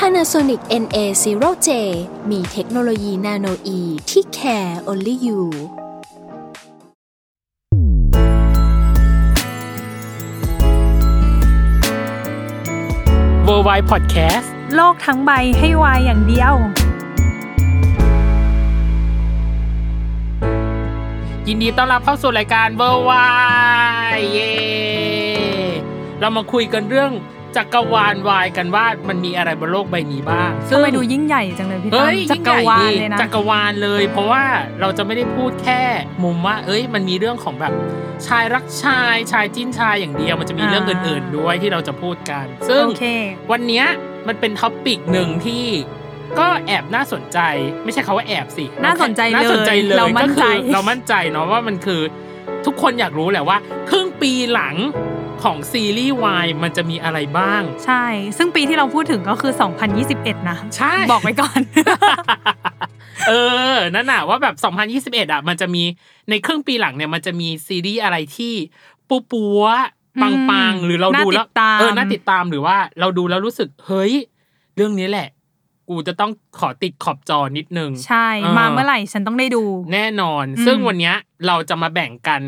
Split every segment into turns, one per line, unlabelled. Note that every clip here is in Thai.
Panasonic NA0J มีเทคโนโลยีนาโนอีที่ care only you
เวอร์ไวพอดแคสต์
โลกทั้งใบให้วายอย่างเดียว
ยินดีต้อนรับเข้าสู่รายการเวอร์ไวเย่เรามาคุยกันเรื่องจักรวาลวายกันว่ามันมีอะไรบนโลกใบนี้บ้างซึ่
ทำไมดูยิ่งใหญ่จังเลยพี่ตั้
เฮ้
ม
ย
จั
ยิ่ง
กร
ใหญ่
วาล
ดี
เลยนะ
จักรวาลเลย เพราะว่าเราจะไม่ได้พูดแค่มุมว่า เอ้ย มันมีเรื่องของแบบ ชายรักชายชายจิ้นชายอย่างเดียว มันจะมีเรื่อง
อ่า
อื่น ๆ ด้วยที่เราจะพูดกัน ซึ่ง
โอเค
วันเนี้ยมันเป็นท็อปปิกหนึ่งที่ก็แอบน่าสนใจ ไม่ใช่คาว่าแอบสิ
น่าสนใจ
น่าสนใจเลย
เลยเรามั่นใจ
ก็คือเรามั่นใจเนาะว่ามันคือทุกคนอยากรู้แหละว่า ครึ่งปีหลังของซีรีส์วายมันจะมีอะไรบ้าง
ใช่ ซึ่งปีที่เราพูดถึงก็คือ 2021 นะ
ใช่
บอกไว้ก่อน
เออนั่นน่ะว่าแบบ 2021 อ่ะ มันจะมีในครึ่งปีหลังเนี่ยมันจะมีซีรีส์อะไรที่ปูปัว
อื
ปัง
ม
ปังๆหรือเราดูแล้ว
น่าติดตาม
เออน่าติดตามหรือว่าเราดูแล้วรู้สึกเฮ้ย เรื่องนี้แหละ กูจะต้องขอติดขอบจอนิดนึง
ใช่ มาเมื่อไหร่ฉันต้องได้ดู
แน่นอน
อืม
ซึ่งวันเนี้ยเราจะมาแบ่งกัน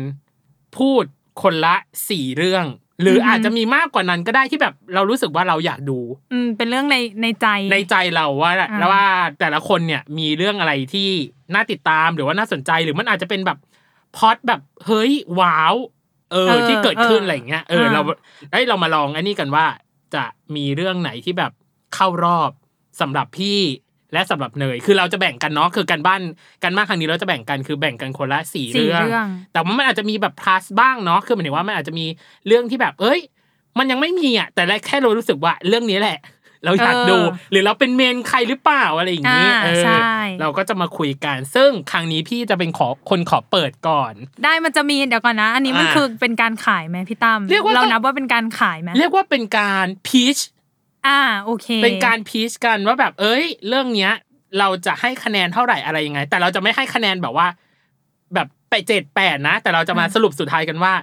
พูดคนละสี่เรื่อง หรืออ
อฮึ
อาจจะมีมากกว่านั้นก็ได้ที่แบบเรารู้สึกว่าเราอยากดู
อืมเป็นเรื่องในในใจ
ในใจเราว่า
อ่า
แล้วว่าแต่ละคนเนี่ยมีเรื่องอะไรที่น่าติดตามหรือว่าน่าสนใจหรือมันอาจจะเป็นแบบพล็อดแบบเฮ้ยว้าวเออที่เกิดขึ้นอะไรอย่างเงี้ยเออเราเอ้ยเรามาลองอันนี้กันว่าจะมีเรื่องไหนที่แบบเข้ารอบสำหรับพี่และสำหรับเนยคือเราจะแบ่งกันเนาะคือการบ้านการบ้านครั้งนี้เราจะแบ่งกันคือแบ่งกันคนละสี่
สี่
เรื่อง
เรื่อง
แต่ว่ามันอาจจะมีแบบ plus บ้างเนาะ คือหมายถึงว่ามันอาจจะมีเรื่องที่แบบ เอ้ย มันยังไม่มีอ่ะ แต่แค่เรารู้สึกว่าเรื่องนี้แหละ เราอยากดู
เออ
หรือเราเป็นเมนใครหรือเปล่าอะไรอย่างนี้
อ่า
เออ
ใช่
เราก็จะมาคุยกัน ซึ่งครั้งนี้พี่จะเป็นขอคนขอเปิดก่อน
ได้มันจะมีเดี๋ยวก่อนนะ อันนี้มัน
อ่า
คือเป็นการขายไหมพี่ตั้ม
เรียกว่า
เรานับว่าเป็นการขายไหม
เรียกว่าเป็นการพีช
อ่าโอเค
เป็นการพีชกันว่าแบบ เอ้ย เรื่องเนี้ย เราจะให้คะแนนเท่าไหร่อะไรยังไง แต่เราจะไม่ให้คะแนนแบบว่า แบบไปเจ็ดแปดนะ แต่เราจะมา
อืม
สรุปสุดท้ายกันว่า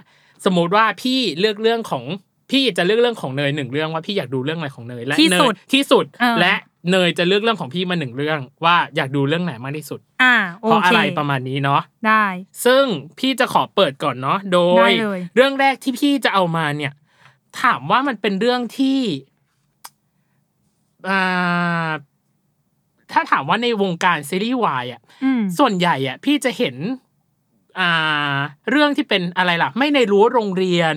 สมมติว่าพี่เลือกเรื่องของพี่จะเลือกเรื่องของเนยหนึ่งเรื่องว่าพี่อยากดูเรื่องอะไรของเนยและ
ที่
เน
สุ
ย
ด
ที่สุด
เออ
และเนยจะเลือกเรื่องของพี่มาหนึ่งเรื่อง ว่าอยากดูเรื่องไหนมากที่สุด
อ่าโอ
เพราะ
เค
อะไรประมาณนี้เนาะ
ได้
ซึ่งพี่จะขอเปิดก่อนเนาะโด
ได้
ย
เลย
เรื่องแรกที่พี่จะเอามาเนี่ย ถามว่ามันเป็นเรื่องที่อ่าถ้าถามว่าในวงการซีรีส์วายอ่ะ
อืม
ส่วนใหญ่อ่ะ พี่จะเห็น อ่า เรื่องที่เป็นอะไรล่ะ ไม่ในรั้วโรงเรียน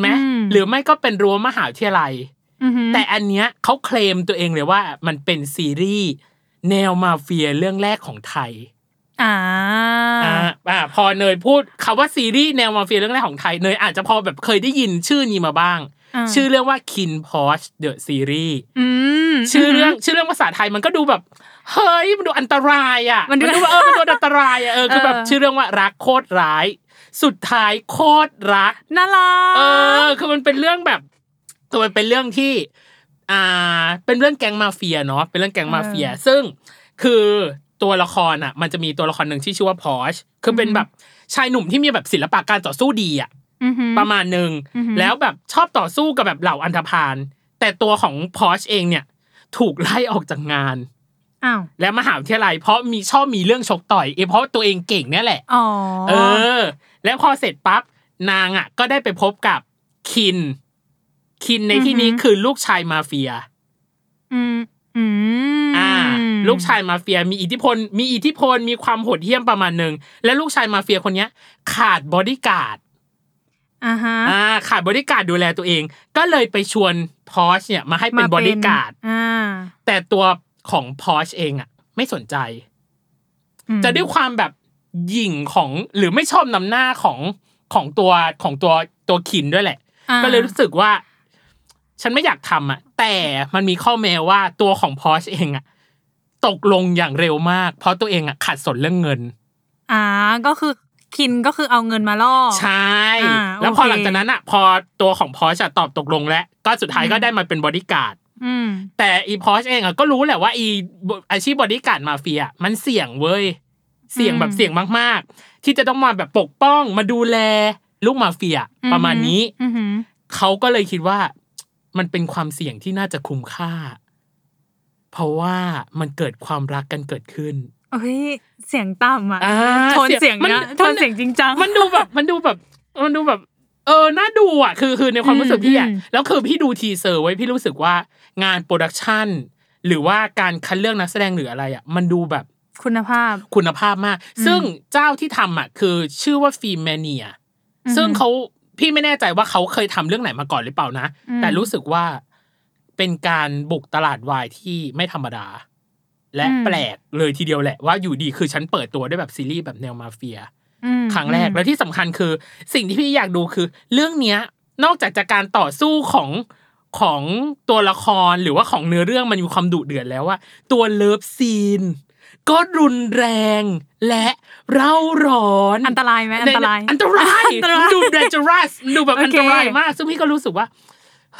ไหมหรือไม่ก็เป็นรั้วมหาวิทยาลัย
อือหือ
แต่อันเนี้ยเขาเคลมตัวเองเลยว่า มันเป็นซีรีส์แนวมาเฟียเรื่องแรกของไทย
อ่า
อ่าอ่าพอเนยพูดคำว่าซีรีส์แนวมาเฟียเรื่องแรกของไทยเนยอาจจะพอแบบเคยได้ยินชื่อนี้มาบ้าง
อ่า
ชื่อเรื่องว่า Kin p o s h The Series
อืม
ชื่อเรื่องชื่อเรื่องภาษาไทยมันก็ดูแบบ เฮ้ย มันดูอันตรายอ่ะ
มันดู
แบบเออมันดูอันตรายอ่ะเออคือแบบ
เออ
ชื่อเรื่องว่ารักโคตรร้าย สุดท้ายโคตรรัก
น่ารัก
เออ คือมันเป็นเรื่องแบบคือมันเป็นเรื่องที่ อ่า เป็นเรื่องแก๊งมาเฟียเนาะ เป็นเรื่องแก๊งมาเฟีย
เออ
ซึ่งคือตัวละครอ่ะ มันจะมีตัวละครหนึ่งที่ชื่อว่าพอช คือเป็น
อือฮึ
แบบชายหนุ่มที่มีแบบศิลปะการต่อสู้ดีอ่ะ
อือหือ
ประมาณหนึ่ง
อือฮึ
แล้วแบบชอบต่อสู้กับแบบเหล่าอันธพาล แต่ตัวของพอชเองเนี่ย ถูกไล่ออกจากงาน
อ้าว
และมหาวิทยาลัยเพราะมีชอบมีเรื่องชกต่อยเอยเพราะตัวเองเก่งเนี่ยแหละ
อ๋อ
เออ แล้วพอเสร็จปั๊บนางอ่ะ ก็ได้ไปพบกับคิน คินในที่นี้
อือหือ
คือลูกชายมาเฟีย
อืมอืม
อ่า ลูกชายมาเฟียมีอิทธิพล มีอิทธิพลมีความโหดเหี้ยมประมาณหนึ่งและลูกชายมาเฟียคนเนี้ย ขาดบอดี้การ์ด
อ่าฮะ
อ่าขาดบอดี้การ์ดดูแลตัวเอง ก็เลยไปชวนพอชเนี่ย มาให้เป็นบอดี้การ์ด
อ่า
แต่ตัวของพอชเองอ่ะ ไม่สนใจ
อืม
จะด้วยความแบบหยิ่งของหรือไม่ชอบนำหน้าของของตัวของตัวตัวคินด้วยแหละ
อ่า
ก็เลยรู้สึกว่า ฉันไม่อยากทำอ่ะ แต่มันมีข้อแม้ว่าตัวของพอชเองอ่ะ ตกลงอย่างเร็วมาก เพราะตัวเองอ่ะขัดสนเรื่องเงิน
อ่าก็คือคินก็คือเอาเงินมาล่อ
ใช่
อ่า
แล้วพอ
โอเค
หลังจากนั้นอ่ะ พอตัวของพอชอะตอบตกลงแล้ว ก็สุดท้ายก็ได้มาเป็นบอดี้การ์ด
อืม
แต่อีพอชเองอ่ะก็รู้แหละว่าอีบอาชีพบอดี้การ์ดมาเฟียอะมันเสี่ยงเว้ย เสี่ยง
อืม
แบบเสี่ยงมากๆ ที่จะต้องมาแบบปกป้องมาดูแลลูกมาเฟีย
อืม
ประมาณนี้
อือหือ
เขาก็เลยคิดว่า มันเป็นความเสี่ยงที่น่าจะคุ้มค่า เพราะว่ามันเกิดความรักกันเกิดขึ้น
เอ้ยเสียงต่ำอ่ะ
อ่า
โทนเสียง
มัน
เนี้ย
มัน
โทนเสียงจริงจัง
มันดูแบบมันดูแบบมันดูแบบ เออน่าดูอ่ะ คือคือในความรู้สึกพี่อ่ะ
อืม
แล้วคือพี่ดูทีเซอร์ไว้พี่รู้สึกว่างานโปรดักชันหรือว่าการคัดเลือกนักแสดงหรืออะไรอ่ะ มันดูแบบ
คุณภาพ
คุณภาพมาก
อืม
ซึ่งเจ้าที่ทำอ่ะ คือชื่อว่าฟิล์มแมเนีย
อือหือ
ซึ่งเขาพี่ไม่แน่ใจว่าเขาเคยทำเรื่องไหนมาก่อนหรือเปล่านะ
อืม
แต่รู้สึกว่าเป็นการบุกตลาดวายที่ไม่ธรรมดา และ
อืม
แปลกเลยทีเดียวแหละว่าอยู่ดีคือฉันเปิดตัวด้วยแบบซีรีส์แบบแนวมาเฟีย
อืม
ครั้งแรกและที่สำคัญคือ สิ่งที่พี่อยากดูคือ เรื่องเนี้ย นอกจากจากการต่อสู้ของของตัวละครหรือว่าของเนื้อเรื่องมันมีความดุเดือดแล้วว่าตัวเลิฟซีน ก็รุนแรง และเร่าร้อน
อันตรายไหมอันตราย
อันตราย
อันตราย
ดูเดจรัสดูแบบ
โอเค
อันตรายมากซึ่งพี่ก็รู้สึกว่า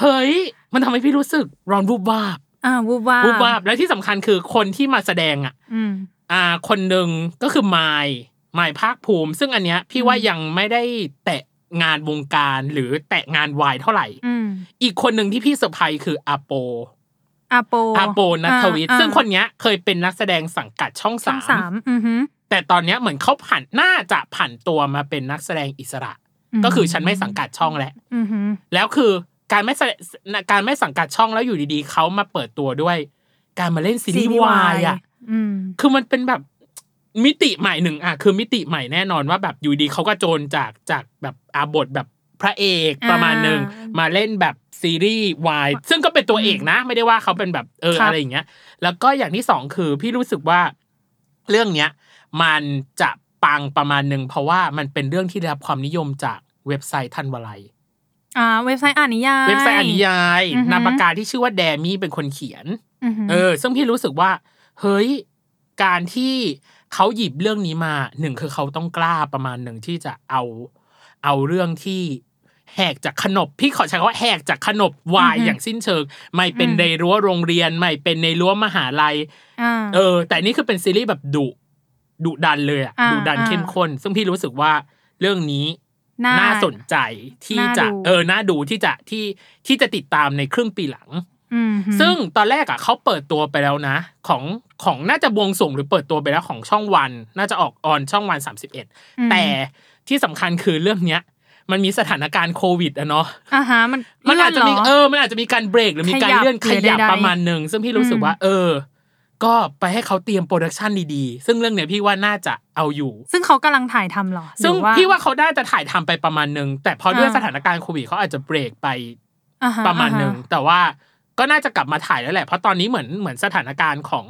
เฮ้ย มันทำให้พี่รู้สึกร้อนวูบวาบ
อ่าวูบวา
วูบวาบและที่สำคัญคือคนที่มาแสดงอ่ะ
อืม
อ่าคนหนึ่งก็คือไมายมายภาคภูมิ ซึ่งอันเนี้ยพี่ว่า
อืม
ยังไม่ได้แตะงานวงการหรือแตะงานวายเท่าไหร่
อืม
อีกคนหนึ่งที่พี่เซอร์ไพรส์คืออาโป
อาโป
อาโปนัทวิทย์
อ่า
ซึ่งคนเนี้ยเคยเป็นนักแสดงสังกัดช่อง
ช่อ
สาง ม
สามอือหือ
แต่ตอนเนี้ยเหมือนเขาผ่านน่าจะผ่านตัวมาเป็นนักแสดงอิสระ ก็คือฉันไม่สังกัดช่องแล้ว
อือหือ
แล้วคือการไม่แสดการไม่สังกัดช่องแล้วอยู่ดีๆเขามาเปิดตัวด้วย การมาเล่นซีรีส์วายอะ
อืม
คือมันเป็นแบบมิติใหม่หนึ่งอ่ะคือมิติใหม่แน่นอนว่าแบบอยู่ดีเขาก็โจรจากจากแบบอาบทแบบพระเอก
อ่า
ประมาณหนึ่งมาเล่นแบบซีรีส์วายซึ่งก็เป็นตัวเอกนะ ไม่ได้ว่าเขาเป็นแบบเออ
ครับ
อะไรอย่างเงี้ย แล้วก็อย่างที่สองคือพี่รู้สึกว่าเรื่องเนี้ย มันจะปังประมาณหนึ่งเพราะว่ามันเป็นเรื่องที่ได้รับความนิยมจากเว็บไซต์ทันวลัย
อ่า เว็บไซต์อ่านนิยาย
เว็บไซต์อนิยาย
อือหือ
นามปากกาที่ชื่อว่าแดมี่เป็นคนเขียน
อหือ
เออ ซึ่งพี่รู้สึกว่า เฮ้ย การที่เขาหยิบเรื่องนี้มาหนึ่งคือเขาต้องกล้าประมาณหนึ่งที่จะเอา เอาเรื่องที่แหกจากขนบ พี่ขอใช้คำว่าแหกจากขนบวายอย่างสิ้นเชิง ไม่เป็นในรั้วโรงเรียน ไม่เป็นในรั้วมหาลัย
อ่า
เออ แต่นี่คือเป็นซีรีส์แบบดุดุดันเลยอะ
อ่า
ดุดัน
อ่า
เข้มข้น ซึ่งพี่รู้สึกว่าเรื่องนี้
น่า
น่าสนใจที่
น่า
จะ
ดู
เออ น่าดูที่จะที่ที่จะติดตามในครึ่งปีหลัง
อือหือ
ซึ่งตอนแรกอ่ะเขาเปิดตัวไปแล้วนะ ของของน่าจะบวงส่งหรือเปิดตัวไปแล้วของช่องวัน น่าจะออกออนช่องวัน 31
อืม
แต่ที่สำคัญคือเรื่องเนี้ย มันมีสถานการณ์โควิดอะเนาะ
อ่าฮะมัน
มันอาจจะมี
ลื่หร
เออมันอาจจะมีการเบรกหรือมีการ
ขยับ
เลื่อนขยับ
หรือใดๆ
ประมาณหนึ่งซึ่งพี่รู้สึกว่า เออ ก็ไปให้เขาเตรียมโปรดักชันดีๆ ซึ่งเรื่องเนี้ยพี่ว่าน่าจะเอาอยู่
ซึ่งเขากำลังถ่ายทำเหรอ
ซึ่ง
หรือ
พี่ว่าเขาได้จะถ่ายทำไปประมาณหนึ่งแต่พอด้วย
อ่า
สถานการณ์โควิดเขาอาจจะเบรกไป
อ่ฮ
ประมาณหนึ่ง
อ่ฮ
แต่ว่าก็น่าจะกลับมาถ่ายแล้วแหละ เพราะตอนนี้เหมือนเหมือนสถานการณ์ของ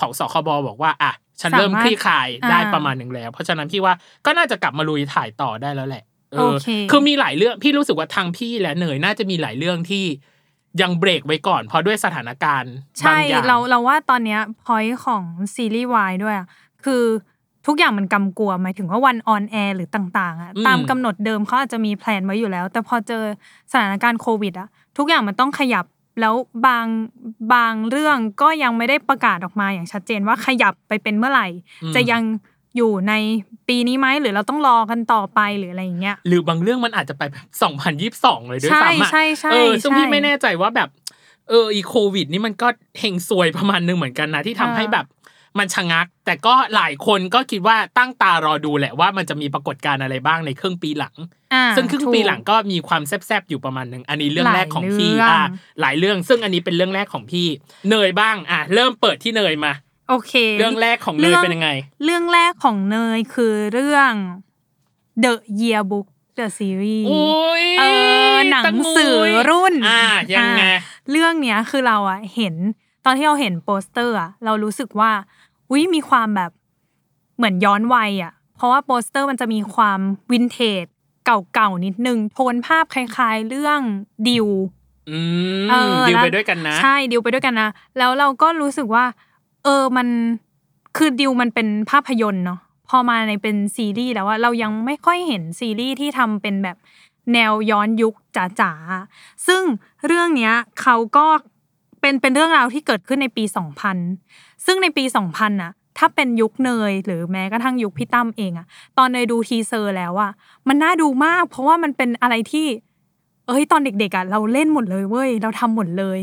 ของสคบบอกว่าอ่ะฉันเริ่มคลี่คลายได้ประมาณหนึ่งแล้ว เพราะฉะนั้นพี่ว่าก็น่าจะกลับมาลุยถ่ายต่อได้แล้วแหละเอ
โอ
อ
เค
คือมีหลายเรื่องพี่รู้สึกว่าทางพี่และเนยน่าจะมีหลายเรื่องที่ยังเบรกไว้ก่อน เพราะด้วยสถานการณ์บา
ใช่
งอย่าง
เราเราว่าตอนเนี้ยพอยของซีรีส์วายด้วยอะคือทุกอย่างมันกำกวมหมายถึงว่าวันออนแอร์หรือต่างๆอะ
อืม
ตามกำหนดเดิมเขาอาจจะมีแพลนไว้อยู่แล้ว แต่พอเจอสถานการณ์โควิดอะทุกอย่างมันต้องขยับแล้วบางบางเรื่องก็ยังไม่ได้ประกาศออกมาอย่างชัดเจนว่าขยับไปเป็นเมื่อไหร่
อืม
จะยังอยู่ในปีนี้ไหมหรือเราต้องรอกันต่อไปหรืออะไรอย่างเงี้ย
หรือบางเรื่องมันอาจจะไปแบบสองพันยิบสองเลยด้วย
ใช่
ซ้ำอะ
ใช่ใช่
เออซึ่งพี่
ใช่
ไม่แน่ใจว่าแบบ เอออีโควิด นี่มันก็เฮงซวยประมาณหนึงเหมือนกันนะ ที่ทำให้
อ่า
แบบมันชะงัก แต่ก็หลายคนก็คิดว่าตั้งตารอดูแหละว่ามันจะมีปรากฏการณ์อะไรบ้างในครึ่งปีหลัง
อ่า
ซึ่งครึ่ง
ถูก
ปีหลังก็มีความแซบๆอยู่ประมาณหนึ่งอันนี้เรื่องแรกของพี่
หลายเรื่อง
อ่ะหลายเรื่องซึ่งอันนี้เป็นเรื่องแรกของพี่เนยบ้างอ่ะเริ่มเปิดที่เนยมา
โอเค
เรื่องแรกของเนย
เรื่อง
เป็นยังไง
เรื่องแรกของเนยคือเรื่อง The Yearbook The Series
โอ้ย
เออหนัง
ตะย
สือรุ่น
อ่ะยังไง
อ่ะเรื่องเนี้ยคือเราอะเห็นตอนที่เราเห็นโปสเตอร์อะเรารู้สึกว่าวิมีความแบบเหมือนย้อนวัยอะเพราะว่าโปสเตอร์มันจะมีความวินเทจเก่าๆนิดนึงโทนภาพคล้ายๆเรื่องดิว
อื
เอ
ม
อ
ดิว
แล้ว
ไปด้วยกันนะ
ใช่ดิวไปด้วยกันนะ แล้วเราก็รู้สึกว่า เออมันคือดิวมันเป็นภาพยนตร์เนาะพอมาในเป็นซีรีส์แล้วว่าเรายังไม่ค่อยเห็นซีรีส์ที่ทำเป็นแบบแนวย้อนยุคจ๋าๆซึ่งเรื่องเนี้ยเขาก็เป็นเป็นเรื่องราวที่เกิดขึ้นในปี 2000 ซึ่งในปี 2000น่ะถ้าเป็นยุคเนยหรือแม้กระทั่งยุคพี่ตั้มเองอะตอนเนยดูทีเซอร์แล้วอะมันน่าดูมาก เพราะว่ามันเป็นอะไรที่ เอ้ยตอนเด็กๆอ่ะเราเล่นหมดเลยเว้ยเราทำหมดเลย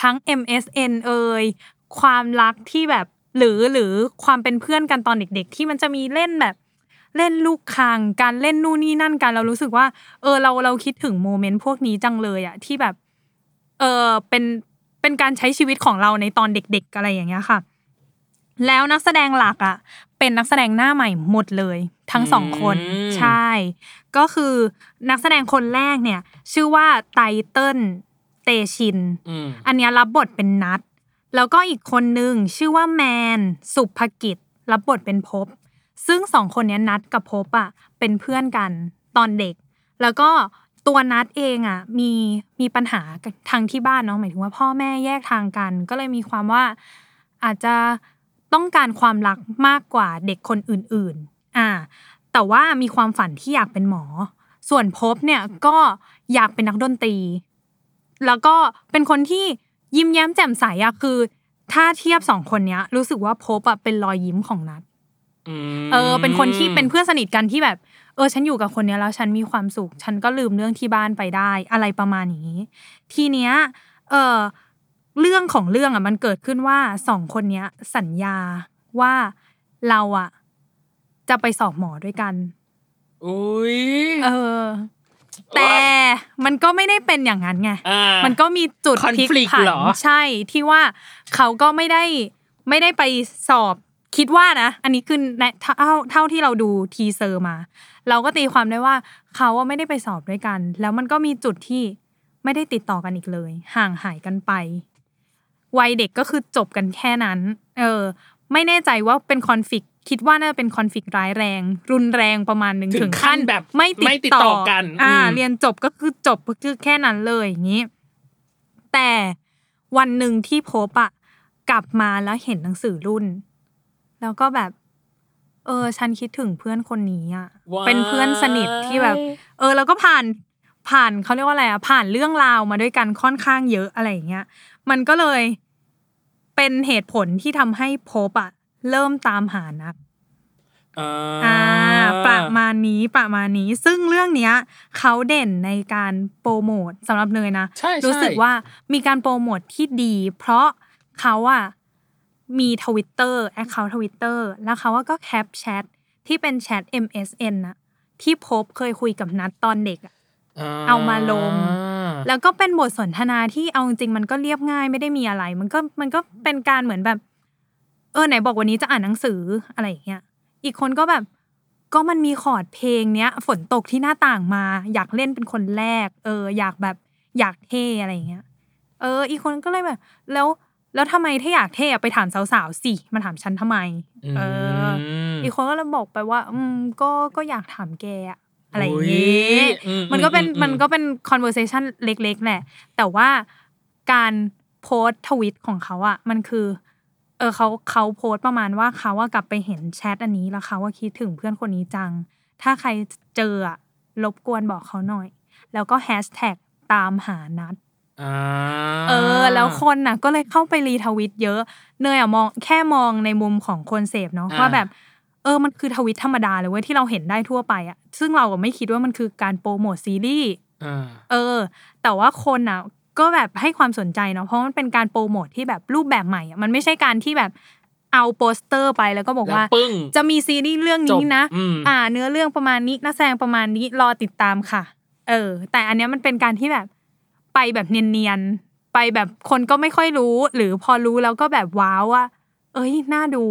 ทั้ง MSN เอ่ยความรักที่แบบหรือหรือความเป็นเพื่อนกันตอนเด็ก ๆ ที่มันจะมีเล่นแบบ เล่นลูกคางการเล่นนู่นนี่นั่นกันเรารู้สึกว่า เออเราเราคิดถึงโมเมนต์พวกนี้จังเลยอะที่แบบเออเป็นเป็นการใช้ชีวิตของเราในตอนเด็ก ๆ อะไรอย่างเงี้ยค่ะ แล้วนักแสดงหลักอะเป็นนักแสดงหน้าใหม่หมดเลย ทั้งสองคน
อืม
ใช่ ก็คือนักแสดงคนแรกเนี่ย ชื่อว่าไตเติ้ลเตชิน
อืม
อันเนี้ยรับบทเป็นนัด แล้วก็อีกคนนึงชื่อว่าแมน สุภกิจ รับบทเป็นภพบ ซึ่งสองคนเนี้ยนัดกับภพบอ่ะเป็นเพื่อนกันตอนเด็ก แล้วก็ตัวนัดเองอ่ะมีมีปัญหากับทางที่บ้านเนาะหมายถึงว่าพ่อแม่แยกทางกัน ก็เลยมีความว่าอาจจะต้องการความรักมากกว่าเด็กคนอื่นๆอ่าแต่ว่ามีความฝันที่อยากเป็นหมอ ส่วนภพบเนี่ยก็อยากเป็นนักดนตรี แล้วก็เป็นคนที่ยิ้มแย้มแจ่มใสอะคือ ถ้าเทียบสองคนเนี้ย รู้สึกว่าภพบอะเป็นรอยยิ้มของนัด
ม
เออเป็นคนที่เป็นเพื่อนสนิทกันที่แบบ เออ ฉันอยู่กับคนเนี้ยแล้วฉันมีความสุข ฉันก็ลืมเรื่องที่บ้านไปได้ อะไรประมาณนี้ ทีเนี้ยเออเรื่องของเรื่องอ่ะมันเกิดขึ้นว่าสองคนเนี้ย สัญญาว่าเราอ่ะ จะไปสอบหมอด้วยกัน
อุ้ย
เออ แต่มันก็ไม่ได้เป็นอย่างนั้นไง
อ่า
มันก็มีจุดพลิก
Conflict
ผัน
เหรอ
ใช่ที่ว่าเขาก็ไม่ได้ไม่ได้ไปสอบคิดว่านะ อันนี้คือในเท่าเท่าที่เราดูทีเซอร์มา เราก็ตีความได้ว่าเขาอะไม่ได้ไปสอบด้วยกัน แล้วมันก็มีจุดที่ไม่ได้ติดต่อกันอีกเลย ห่างหายกันไป วัยเด็กก็คือจบกันแค่นั้น เออ ไม่แน่ใจว่าเป็นคอนฟ lict คิดว่าน่าจะเป็นคอนฟ lict ร้ายแรง รุนแรงประมาณหนึ่ง
ถึงขั้นแบบ
ไม่
ไม่ติ
ติ
ดต่อกัน
อ่า
อืม
เรียนจบก็คือจบก็คือแค่นั้นเลยอย่างนี้ แต่วันหนึ่งที่พบอะกลับมาแล้วเห็นหนังสือรุ่น แล้วก็แบบ เออ ฉันคิดถึงเพื่อนคนนี้อะ
ว้าย
เป็นเพื่อนสนิทที่แบบ เออแล้วก็ผ่านผ่านเขาเรียกว่าอะไรอะผ่านเรื่องราวมาด้วยกันค่อนข้างเยอะอะไรอย่างเงี้ย มันก็เลยเป็นเหตุผลที่ทำให้พบอะเริ่มตามหานัก
อ่า
อ่าประมาณนี้ประมาณนี้ ซึ่งเรื่องเนี้ยเขาเด่นในการโปรโมทสำหรับเนยนะ
ใช่ใช่
รู้สึกว่ามีการโปรโมทที่ดี เพราะเขาอะมีทวิตเตอร์แอคเคาท์ทวิตเตอร์แล้วเขาก็แคปแชทที่เป็นแชท MSN นะที่พบเคยคุยกับนัดตอนเด็กอะ เอามาลง แล้วก็เป็นบทสนทนาที่เอาจริงๆมันก็เรียบง่ายไม่ได้มีอะไร มันก็มันก็เป็นการเหมือนแบบ เออไหนบอกวันนี้จะอ่านหนังสืออะไรอย่างเงี้ยอีกคนก็แบบก็มันมีคอร์ดเพลงเนี้ย ฝนตกที่หน้าต่างมา อยากเล่นเป็นคนแรก เออ อยากแบบอยากเท่อะไรอย่างเงี้ย เออ อีกคนก็เลยแบบ แล้วแล้วทำไมถ้าอยากเท่อะไปถามสาวๆสิมาถามฉันทำไม เออ
ม
อีกคนก็เลยบอกไปว่า อืมก็ก็อยากถามแกอะอะไรอย่างงี้
อุ๊ย
มันก็เป็น
อื
มันก็เป็น conversation เล็กๆแหละ แต่ว่าการโพสต์ทวิตของเขาอะมันคือ เออเขาเขาโพสต์ประมาณว่าเขาว่ากลับไปเห็นแชทอันนี้แล้วเขาว่าคิดถึงเพื่อนคนนี้จัง ถ้าใครเจออะรบกวนบอกเขาหน่อย แล้วก็แฮชแท็กตามหานัด
อ่า
เออ แล้วคนน่ะ ก็เลยเข้าไปรีทวิตเยอะ เนยอะมองแค่มองในมุมของคนเสพเนาะ
อ่า
ว่าแบบ เออมันคือทวิตธรรมดาเลยเว้ยที่เราเห็นได้ทั่วไปอะซึ่งเราก็ไม่คิดว่ามันคือการโปรโมทซีรีส์
อ่า
เออ แต่ว่าคนอ่ะ ก็แบบให้ความสนใจเนาะเพราะมันเป็นการโปรโมทที่แบบรูปแบบใหม่อะมันไม่ใช่การที่แบบเอาโปสเตอร์ไปแล้วก็บอกว่า
แล้วปึ้ง
จะมีซีรีส์เรื่องนี้นะ
จบอืม
อ่า เนื้อเรื่องประมาณนี้นักแสดงประมาณนี้รอติดตามค่ะ เออ แต่อันเนี้ยมันเป็นการที่แบบไปแบบเนียนๆไปแบบคนก็ไม่ค่อยรู้ หรือพอรู้แล้วก็แบบว้าวว่าเอ้ยน่าดู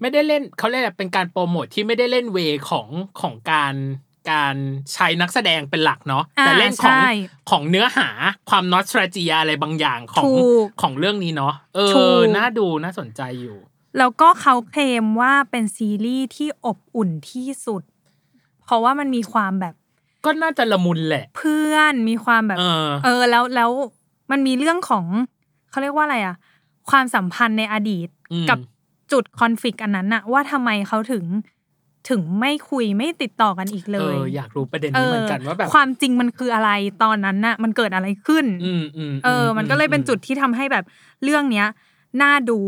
ไม่ได้เล่นเขาเรียกอะไรเป็นการโปรโมทที่ไม่ได้เล่นเวของของการการใช้นักแสดงเป็นหลักเนาะ
อ่า
แต่เล่นของ
ใช่
ของเนื้อหาความนอสตราจีอะไรบางอย่างของ
ถูก
ของเรื่องนี้เนาะเอ
ถู
อก น่าดูน่าสนใจอยู่
แล้วก็เขาเคลมว่าเป็นซีรีส์ที่อบอุ่นที่สุด เพราะว่ามันมีความแบบ
ก็น่าจะละมุนแหละ
เพื่อนมีความแบบ
เออ
เออแล้วแล้วมันมีเรื่องของเขาเรียกว่าอะไรอะความสัมพันธ์ในอดีต
อืม
กับ จุดคอนฟ lict อันนั้นอะว่าทำไมเขาถึงถึงไม่คุยไม่ติดต่อกันอีกเล
เอย ออยากรู้ประเด็นนี้เหมือนกันว่าแบบ
ความจริงมันคืออะไรตอนนั้นน่ะมันเกิดอะไรขึ้น
อืมอืม
เออ มันก็เลยเป็นจุดที่ทำให้แบบเรื่องเนี้ยน่าดู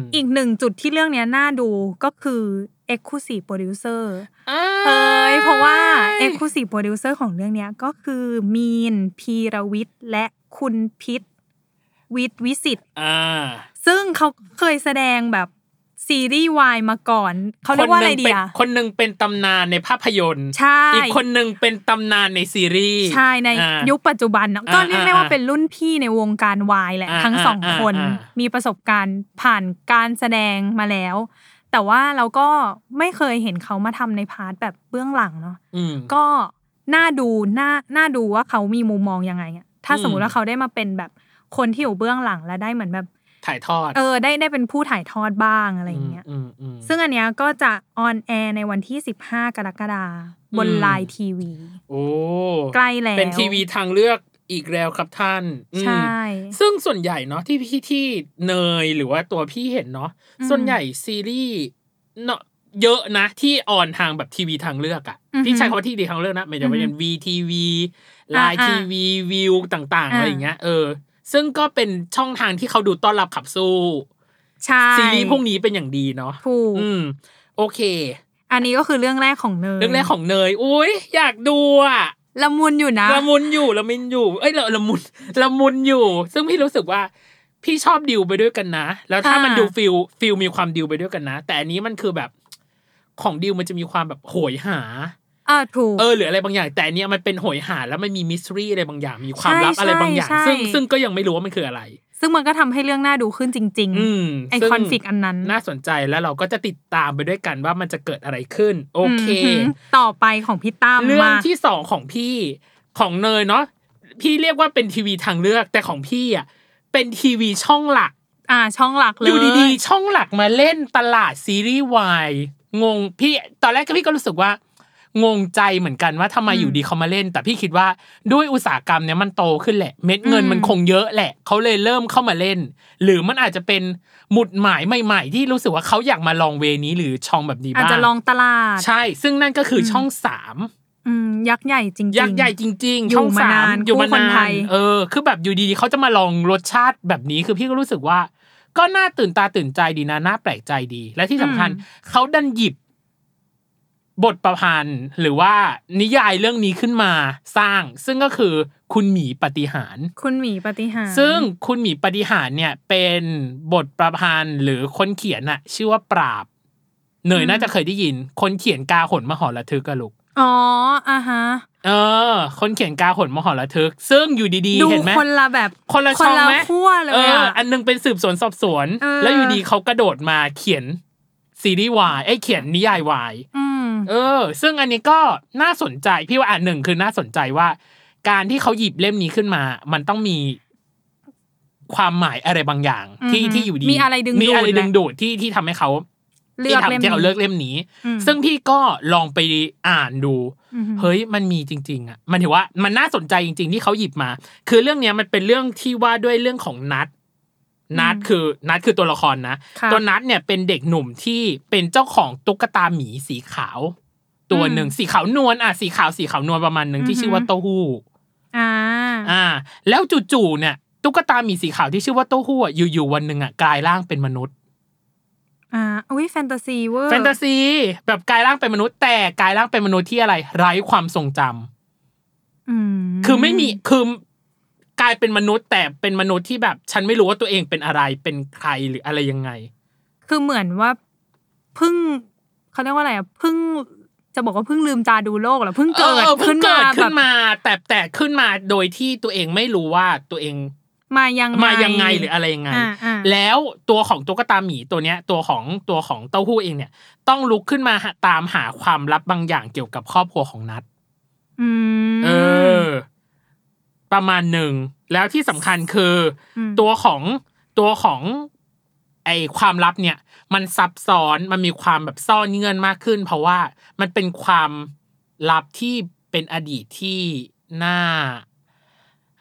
ม
อีกหนึ่งจุดที่เรื่องเนี้ยน่าดูก็คือ Exclusive Producer
อ้
เอ้ยเพราะว่า
ย
Exclusive Producer ของเรื่องเนี้ยก็คือมีนพีรวิทย์และคุณพิษวิทย์วิสิทธิ์
อ่า
ซึ่งเขาเคยแสดงแบบซีรีส์วายมาก่อน เขาเรียกว่าอะไรดีอะ
คนหนึ่งเป็นคนหนึ่งเป็นตำนานในภาพยนตร์
ใช่
อีกคนหนึ่งเป็นตำนานในซีรีส์
ใช่ใน
อ่า
ยุคปัจจุบันเนอะก็
อ่า
เรียกได้ว่าเป็นรุ่นพี่ในวงการวายแหละ
อ่า
ทั้งสอง
อ่า
คน
อ่า
มีประสบการณ์ผ่านการแสดงมาแล้ว แต่ว่าเราก็ไม่เคยเห็นเขามาทำในพาร์ทแบบเบื้องหลังเนาะ
อืม
ก็น่าดูน่าน่าดูว่าเขามีมุมมองยังไงอะถ้า
อืม
สมมติว่าเขาได้มาเป็นแบบคนที่อยู่เบื้องหลังแล้วได้เหมือนแบบ
ถ่ายทอด
เออได้ได้เป็นผู้ถ่ายทอดบ้างอะไรอย่างเงี้ย
มอืมอืม
ซึ่งอันเนี้ยก็จะออนแอร์ในวันที่ 15 กรกฎาคมบน
อืม
ไลน์ทีวี
โอ้
ใกล้แล้ว
เป็นทีวีทางเลือกอีกแล้วครับท่านอืม
ใช่
ซึ่งส่วนใหญ่เนาะที่พี่ที่เนยหรือว่าตัวพี่เห็นเนาะ
อืม
ส่วนใหญ่ซีรีส์เนาะเยอะนะที่ออนทางแบบทีวีทางเลือกอะ
อือฮึ
ที่ใช้คำว่าทีวีทางเลือกนะหมายถึงว่า
อือฮึ
เป็นวีทีวีไล
อ่า
น์
อ่า
ทีวีวิวต่างๆ
อ่า
อะไรอย่างเงี้ยเออ ซึ่งก็เป็นช่องทางที่เขาดูต้อนรับขับสู้
ใช่
ซีรีส์พวกนี้เป็นอย่างดีเนาะ
ถูก
อืม โอเค
อันนี้ก็คือเรื่องแรกของเนย
เรื่องแรกของเนยอุ้ยอยากดูอ่ะ
ละมุนอยู่นะ
ละมุนอยู่ละมินอยู่ เอ้ยละละมุนละมุนอยู่ ซึ่งพี่รู้สึกว่า พี่ชอบดิวไปด้วยกันนะ แล้วถ้า
อ่ามั
มันดูฟิลฟิลมีความดิวไปด้วยกันนะ แต่อันนี้มันคือแบบของดิวมันจะมีความแบบโหยหา
อ่าถูก
เออหรืออะไรบางอย่าง แต่อันเนี้ยมันเป็นโหยหาแล้วมันมีมิสทรีอะไรบางอย่างมีความลับ
ใช่
อะไรบางอย่าง
ใช่
ซึ่งซึ่งก็ยังไม่รู้ว่ามันคืออะไร
ซึ่งมันก็ทำให้เรื่องน่าดูขึ้นจริง
อืม
ๆ ไอ
ซึ่ง
คอนฟ lict อันนั้น
น่าสนใจแล้วเราก็จะติดตามไปด้วยกันว่ามันจะเกิดอะไรขึ้น โอเค
มหืมต่อไปของพี่ตั้ม
เรื่อง
มา
ที่สองของพี่ของเนยเนาะพี่เรียกว่าเป็นทีวีทางเลือกแต่ของพี่อ่ะเป็นทีวีช่องหลัก
อ่าช่องหลักเลย
อยู่ดีๆ ช่องหลักมาเล่นตลาดซีรีส์วายงงพี่ตอนแรกก็พี่ก็รู้สึกว่า งงใจเหมือนกันว่าทำไมอยู่ดีเขามาเล่น แต่พี่คิดว่าด้วยอุตสาหกรรมเนี้ยมันโตขึ้นแหละ เม็ดเงินมันคงเยอะแหละเขาเลยเริ่มเข้ามาเล่น หรือมันอาจจะเป็นหมุดหมายใหม่ ๆ ที่รู้สึกว่าเขาอยากมาลองเวนี้หรือช่องแบบนี้
อาจ
บ้าง
จะลองตลาด
ใช่ ซึ่งนั่นก็คืออ
ม
ช่องสาม
อืมยักษ์ใหญ่จริงๆ
ยักษ์ใหญ่จริง
อยู่
ๆ ช่อง
มา
สาม
นาน
อยู่
คู่
มา
คน
นา
ไท
น
ย
เออ คือแบบอยู่ดีๆเขาจะมาลองรสชาติแบบนี้คือพี่ก็รู้สึกว่า ก็น่าตื่นตาตื่นใจดีนะน่าแปลกใจดี และที่สำคัญเขาดันหยิบบทประพันธ์หรือว่านิยายเรื่องนี้ขึ้นมาสร้าง ซึ่งก็คือคุณหมีปาฏิหาร
คุณหมีปฏิหารย์
ซึ่งคุณหมีปาฏิหารย์เนี่ยเป็นบทประพันธ์หรือคนเขียนน่ะ ชื่อว่าปราบเนยน่าจะเคยได้ยิน คนเขียนกาหนมหรทึกอะลูก
อ๋ออ่ะฮะ
เออ คนเขียนกาหนมหรทึก ซึ่งอยู่ดี
ดู
ๆ เห็นไหม
คนละแบบ
คนละ
คน
ช่อง
ละ
ไหม
ขั้วเลย
เออ
อ่ะ
อันหนึงเป็นสืบสวนสอบสวน
เออ
แล้วอยู่ดีเขากระโดดมาเขียนซีรีส์วายไอยเขียนนิยายวาย
อืม
เออ ซึ่งอันนี้ก็น่าสนใจ พี่ว่าอันหนึ่งคือน่าสนใจว่า การที่เขาหยิบเล่มนี้ขึ้นมา มันต้องมีความหมายอะไรบางอย่าง ที่
อือฮึ
ที่อยู่ดี
มีอะไรดึงดูด
มีอะไร
แหละ
ดึงดูดที่ที่ทำให้เขา
เลื
ที่
อกเล่ม
ทำที่เขาเลือกเล่มนี้
อืม
ซึ่งพี่ก็ลองไปอ่านดู
อืม
เฮ้ยมันมีจริง ๆ อ่ะ มันถือว่ามันน่าสนใจจริง ๆ ที่เขาหยิบมา คือเรื่องเนี้ยมันเป็นเรื่องที่ว่าด้วยเรื่องของนัด นัดคือนัดคือตัวละครนะ
ค่ะ
ตัวนัดเนี่ยเป็นเด็กหนุ่มที่เป็นเจ้าของตุ๊กตาหมีสีขาว ตัวหนึ่ง
อืม
สีขาวนวลอ่ะสีขาวสีขาวนวลประมาณหนึ่งที่
อือหือ
ชื่อว่าเต้าหู้
อ่า
อ่า แล้วจู่ๆเนี่ยตุ๊กตาหมีสีขาวที่ชื่อว่าเต้าหู้อ่ะอยู่ๆวันหนึ่งอ่ะกลายร่างเป็นมนุษย์
อ่าอุ้ยแฟนตาซีเวอร์
แฟนตาซีแบบกลายร่างเป็นมนุษย์ แต่กลายร่างเป็นมนุษย์ที่อะไร ไร้ความทรงจำ
อืม
คือไม่มีคือกลายเป็นมนุษย์แต่เป็นมนุษย์ที่แบบ ฉันไม่รู้ว่าตัวเองเป็นอะไรเป็นใครหรืออะไรยังไง
คือเหมือนว่าเพึ่งเขาเรียกว่าอะไรอ่ะเพึ่งจะบอกว่าเพึ่งลืมตาดูโลกเหรอเพึ่งเกิด
ออพิ่งเกิดขึ้น
แบบ
มาแต่แต่ขึ้นมาโดยที่ตัวเองไม่รู้ว่าตัวเอง
มายัง
มายังไงหรืออะไรยังไง
อ่าอ่า
แล้วตัวของตุ๊กตาหมีตัวเนี้ย ตัวของตัวของเต้าหู้เองเนี่ย ต้องลุกขึ้นมาหาตามหาความลับบางอย่างเกี่ยวกับครอบครัวของนัท
อืม
เออ ประมาณหนึ่งแล้วที่สำคัญคือ
ม
ตัวของตัวของไอความลับเนี่ย มันซับซ้อนมันมีความแบบซ่อนเงื่อนมากขึ้น เพราะว่ามันเป็นความลับที่เป็นอดีตที่น่า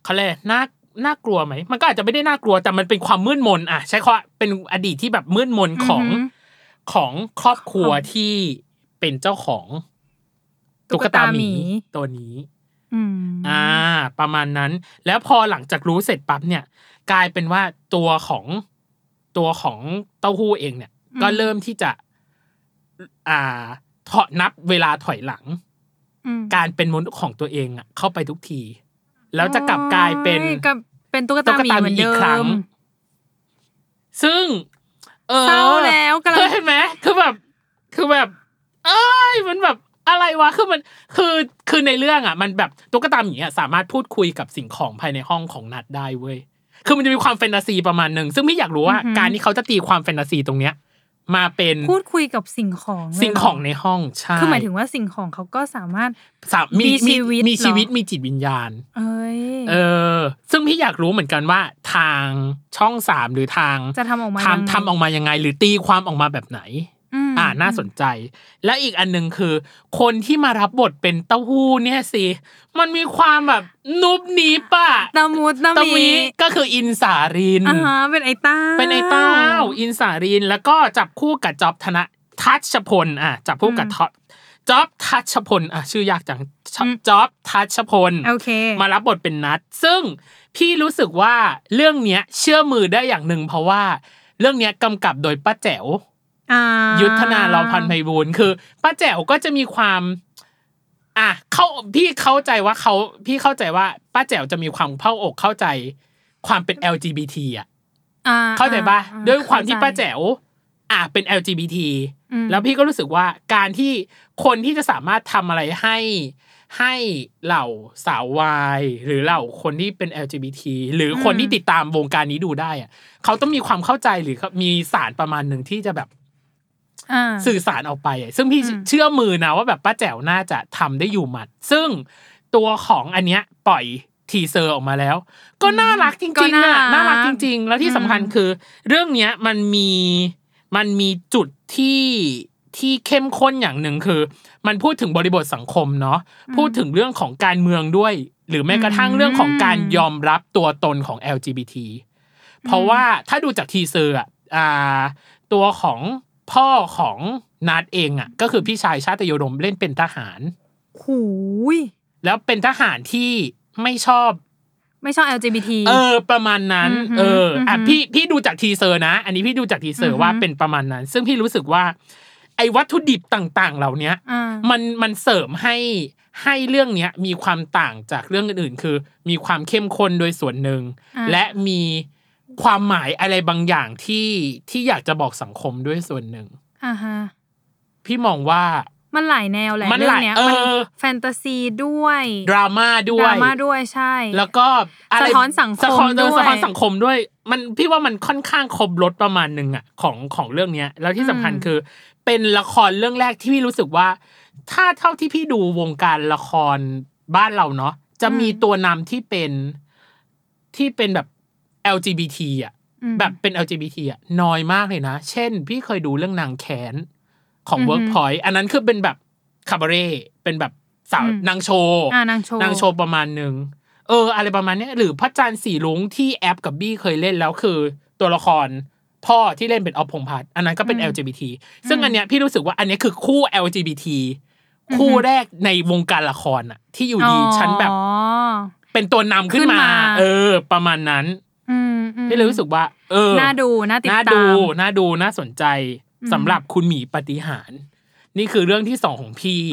เขาเรียกน่าน่ากลัวไหมมันก็อาจจะไม่ได้น่ากลัวแต่มันเป็นความมืดมนอ่ะ ใช้คำว่าเป็นอดีตที่แบบมืดมนของ
อือหื
ของครอบครัวที่เป็นเจ้าของตุ๊กตาหมีตัวนี้
อืม
อ่า ประมาณนั้น แล้วพอหลังจากรู้เสร็จปั๊บเนี่ย กลายเป็นว่าตัวของตัวของเต้าหู้เองเนี่ย ก็เริ่มที่จะ อ่าถอนับเวลาถอยหลัง
อืม
การเป็นมนุษย์ของตัวเองอะเข้าไปทุกที แล้วจะกลับกลายเป็น
โอ้กลับเป็นตุ๊ก
ตุ๊
ตาก หมี
ตาหมี
เหมือน
อี
เดิ
กครั้ง
ม
ซึ่ง เออ
เศร้าแล้วกำลัง
เฮ้ยเห็นไหมคือแบบ คือแบบ เอ้ยมันแบบอะไรวะคือมัน คือคือในเรื่องอ่ะ มันแบบตุ๊กตาหมีอ่ะสามารถพูดคุยกับสิ่งของภายในห้องของนัดได้เว้ยคือมันจะมีความแฟนตาซีประมาณหนึ่งซึ่งพี่อยากรู้ว่า
อือหือ
การที่เขาจะตีความแฟนตาซีตรงเนี้ย มาเป็น
พูดคุยกับสิ่งของเลย
สิ่งของใน
เหร
ห้องใช่
คือหมายถึงว่าสิ่งของเขาก็สามารถ
สามมี
มี
มี
ชีวิต
มีชีวิตมี
เหรอ
จิตวิญญาณ
เอ้ย
เออ ซึ่งพี่อยากรู้เหมือนกันว่าทางช่องสามหรือทาง
จะทำออกมา
ทำทำออกมายังไง หรือตีความออกมาแบบไหน อ่าน่าสนใจ และอีกอันหนึ่งคือ คนที่มารับบทเป็นเต้าหู้เนี่ยสิมันมีความแบบนุบหนีปะ
ตะมุดตะ
ตะ
มี
วีก็คืออินสาริน
อ่าฮะเป็นไอ้ต้า
เป็นไอ้เต้าอินสารินแล้วก็จับคู่กับจอบธนทัชพลอ่ะจับคู่กับท็อปจอบทัชพลอ่ะชื่อยากจังจอบทัชพล
โอเค
มารับบทเป็นนัด ซึ่งพี่รู้สึกว่าเรื่องเนี้ยเชื่อมือได้อย่างหนึ่งเพราะว่า เรื่องเนี้ยกำกับโดยป้าแจ๋ว
อ่า
ยุทธนาลอพันธ์ไพบูลย์คือป้าแจ๋วก็จะมีความ อ่ะเขาพี่เข้าใจว่าเขาพี่เข้าใจว่าป้าแจ๋วจะมีความเข้าอกเข้าใจ ความเป็น LGBT อ่ะ
อ่
เข้าใจปะ
อ่
ด้วยความที่
เข้
ป้า
ใจ
แจ๋ว อ่ะเป็น LGBT
อืม
แล้วพี่ก็รู้สึกว่าการที่คนที่จะสามารถทำอะไรให้ให้เหล่าสาววายหรือเหล่าคนที่เป็น LGBT หรือคนที่ติดตามวงการนี้ดูได้อะเขาต้องมีความเข้าใจหรือเขามีสารประมาณหนึ่งที่จะแบบ
อ่า
สื่อสารออกไปอะซึ่งพี่
อืม
เชื่อมือนะว่าแบบป้าแจ๋วน่าจะทำได้อยู่หมัด ซึ่งตัวของอันเนี้ยปล่อยทีเซอร์ออกมาแล้ว ก็น่ารักจริง
ก็
ๆ
น่า
อะน่ารัก
รัก
จริง ๆ แล้วที่สำคัญคือ เรื่องเนี้ยมันมีมันมีจุดที่ที่เข้มข้นอย่างหนึ่งคือ มันพูดถึงบริบทสังคมเนาะพูดถึงเรื่องของการเมืองด้วย หรือแม้กระทั่งเรื่องของการยอมรับตัวตนของ LGBT เพราะว่าถ้าดูจากทีเซอร์อะอ่าตัวของพ่อของนัดเองอ่ะก็คือพี่ชายชาติโยดมเล่นเป็นทหาร
หูย
แล้วเป็นทหารที่ไม่ชอบ
ไม่ชอบ LGBT
เออ ประมาณนั้น
อือฮึ
เอออ่ะ
อือฮึ
พี่พี่ดูจากทีเซอร์นะ อันนี้พี่ดูจากทีเซอ
อื
ร์
อฮึ
ว่าเป็นประมาณนั้น ซึ่งพี่รู้สึกว่า ไอ้วัตถุดิบต่างๆ เหล่าเนี้ย
อ่า
มันมันเสริมให้ให้เรื่องเนี้ยมีความต่างจากเรื่องอื่นๆ คือ มีความเข้มข้นโดยส่วนหนึ่ง
อ่า
และมีความหมายอะไรบางอย่างที่ที่อยากจะบอกสังคมด้วยส่วนหนึ่ง
อ่าฮะ
พี่มองว่า
มันหลายแนวแหละ
มัน
เรื่
ห
อ
ลาย
งเนี้ย
เออ
มันแฟนตาซีด้วย
ดราม่าด้ว
ดราย ม่าด้วยใช่
แล้วก็อะไร
สะท้อนสังคม
สะท้อนเออ
ด้วย
สะท้อนสังคมด้วย มันพี่ว่ามันค่อนข้างครบรถประมาณหนึ่งอ่ะของของเรื่องเนี้ย แล้วที่สำคัญ
อืม
คือ เป็นละครเรื่องแรกที่พี่รู้สึกว่า ถ้าเท่าที่พี่ดูวงการละครบ้านเราเนาะจะมีตัวนำที่เป็นที่เป็นแบบ LGBT อ่ะ
อืม
แบบเป็น LGBT อ่ะน้อยมากเลยนะ เช่น พี่เคยดูเรื่องนางแขนของ
อือฮึ
Workpoint อันนั้นคือเป็นแบบคาบาเร่เป็นแบบสาว
อืม
นางโชว์
อ่านางโชว์
นางโชว์ประมาณหนึ่ง เออ อะไรประมาณเนี้ยหรือพระจันทร์สีลุงที่แอปกับบี้เคยเล่นแล้วคือตัวละครพ่อที่เล่นเป็นออฟพงษ์พัฒน์อันนั้นก็เป็น
อืม
LGBT ซึ่งอันเนี้ยพี่รู้สึกว่าอันเนี้ยคือคู่ LGBT คู่แรกในวงการละครอะที่อยู่ดีฉันแบบ
อ๋อ
เป็นตัวนำขึ้นมา
ขึ้นมา
เออ ประมาณนั้น
อืมอืม
พี่เลยรู้สึกว่า เออ
น่าดูน่าติด
น่า
ตา
ดู
ม
น่าดู น่าสนใจ
อืม
สำหรับคุณหมีปฏิหาร นี่คือเรื่องที่สองของพี่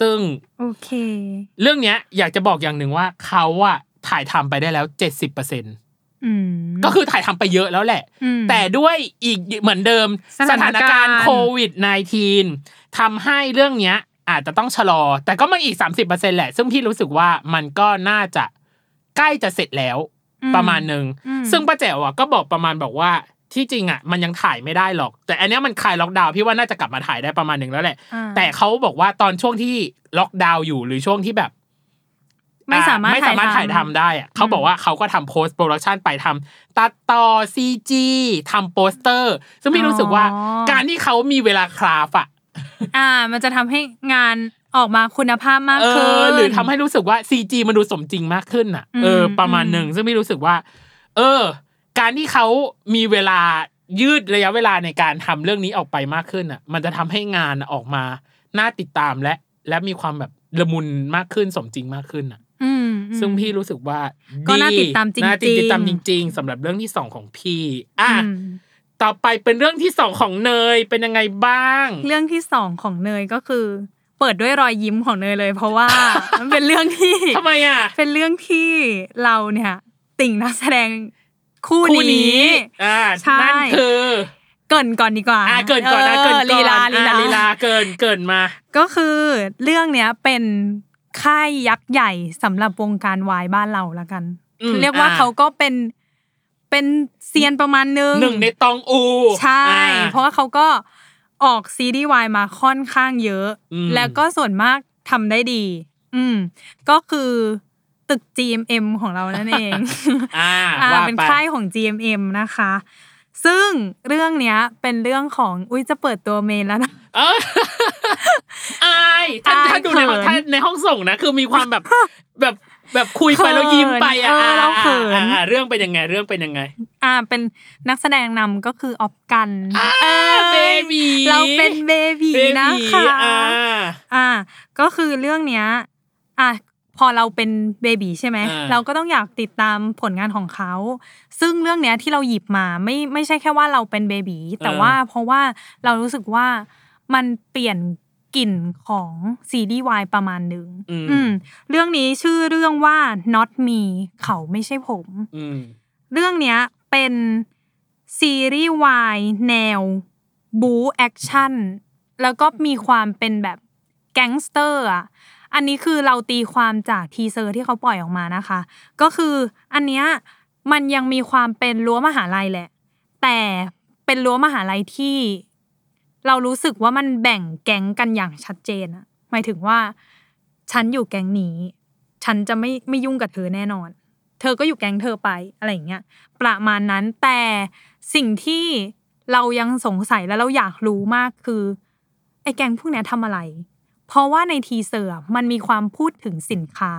ซึ่ง
โอเค
เรื่องเนี้ยอยากจะบอกอย่างหนึ่งว่าเขาอะถ่ายทำไปได้แล้ว 70%
อืม
ก็คือถ่ายทำไปเยอะแล้วแหละ
ม
แต่ด้วยอีกเหมือนเดิม
สถานการณ์
โควิด -19 ทำให้เรื่องเนี้ยอาจจะต้องชะลอ แต่ก็มันอีก 30%แหละ ซึ่งพี่รู้สึกว่ามันก็น่าจะใกล้จะเสร็จแล้ว
อื
ประมาณหนึ่ง
อืม
ซึ่งป้าแจ๋วอะก็บอกประมาณบอกว่าที่จริงอะมันยังถ่ายไม่ได้หรอก แต่อันเนี้ยมันคลายล็อกดาวน์พี่ว่าน่าจะกลับมาถ่ายได้ประมาณหนึ่งแล้วแหละ
อ่า
แต่เขาบอกว่าตอนช่วงที่ล็อกดาวน์อยู่หรือช่วงที่แบบ
ไม่สามารถ
อ่ไม่สามารถถ่ายทำได้อะเขาบอกว่าเขาก็ทำโพสต์โปรดักชันไปทำตัดต่อซีจีทำโปสเตอร์ ซึ่งพี่รู้สึกว่าการที่เขามีเวลาคราฟอะ
อ่า มันจะทำให้งานออกมาคุณภาพมาก
เอ
ขึ้
อน หรือทำให้รู้สึกว่าซีจีมันดูสมจริงมากขึ้นอะ
อืม
เออ ประมาณหนึ่งซึ่งพี่รู้สึกว่า เออ การที่เขามีเวลา ยืดระยะเวลาในการทำเรื่องนี้ออกไปมากขึ้นอ่ะ มันจะทำให้งานอะออกมาน่าติดตามและ และมีความแบบละมุนมากขึ้นสมจริงมากขึ้นอ่ะ
อืม
ซึ่งพี่รู้สึกว่า
ก็น่าติดตามจริงๆ
น่าติดตามจริง ๆสำหรับเรื่องที่สองของพี่อ่ะ
อืม
ต่อไปเป็นเรื่องที่สองของเนยเป็นยังไงบ้าง
เรื่องที่สองของเนยก็คือ เปิดด้วยรอยยิ้มของเนยเลย เพราะว่า มันเป็นเรื่องที่
ทำไมอ่ะ
เป็นเรื่องที่เราเนี่ย ติ่งนักแสดงคู่
คู่
นี้
นี้ อ่า
ใช่
นั่นคือ
เกรินก่อนดีกว่า
อ่าเกินก่อนนะเกินก่อน
ลีลาลี
อ่ะ
ลา
ลีลาเกินเกินมา
ก็คือเรื่องเนี้ยเป็นค่ายยักษ์ใหญ่สำหรับวงการวายบ้านเราละกัน
อืม
เรียกว่า
อ่ะ
เขาก็เป็นเป็นเซียนประมาณนึง
หนึ่งในตองอู
ใช่
อ่
เพราะว่าเขาก็ออกซีดีวายมาค่อนข้างเยอะ
อืม
แล้วก็ส่วนมากทำได้ดี อืม ก็คือตึก GMM ของเรานั่นเอง
อ่า
อ่า
ว่า
เป็น
ไป
ค่ายของ GMM นะคะ ซึ่งเรื่องเนี้ยเป็นเรื่องของอุ้ยจะเปิดตัวเมนแล้วนะ
เอ ออายท่าน
อาย
ท่านดูในห้อง
เขิน
ท่านในห้องส่งนะ คือมีความแบบ แบบแบบคุยไปแล้วยิ้มไปอ่ะ
เขินเออเราเขิน
อ่าอ่าอ่าเรื่องเป็นยังไงเรื่องเป็นยังไง
อ่าเป็นนักแสดงนำก็คือออฟกันเอ้ย
เบบี
เราเป็นเบบี
เบ
นะ
บี
คะ
อ่า
อ่า ก็คือเรื่องเนี้ยอ่ะพอเราเป็นเบบีใช่ไหม
อ่า
เราก็ต้องอยากติดตามผลงานของเขา ซึ่งเรื่องเนี้ยที่เราหยิบมาไม่ไม่ใช่แค่ว่าเราเป็นเบบีแต่ว่าเพราะว่าเรารู้สึกว่ามันเปลี่ยนกลิ่นของซีดีวายประมาณหนึ่ง
อืม
อืม เรื่องนี้ชื่อเรื่องว่า not me เขาไม่ใช่ผม
อืม
เรื่องเนี้ยเป็นซีรีส์วายแนวบูแอคชั่นแล้วก็มีความเป็นแบบแก๊งสเตอร์อ่ะ อันนี้คือเราตีความจากทีเซอร์ที่เขาปล่อยออกมานะคะ ก็คืออันเนี้ยมันยังมีความเป็นรั้วมหาลัยแหละ แต่เป็นรั้วมหาลัยที่ เรารู้สึกว่ามันแบ่งแก๊งกันอย่างชัดเจนอะหมายถึงว่า ฉันอยู่แก๊งนี้ ฉันจะไม่ไม่ยุ่งกับเธอแน่นอน เธอก็อยู่แก๊งเธอไปอะไรอย่างเงี้ยประมาณนั้นแต่สิ่งที่เรายังสงสัยและเราอยากรู้มากคือ ไอ้แก๊งพวกเนี้ยทำอะไร เพราะว่าในทีเซอร์อะมันมีความพูดถึงสินค้า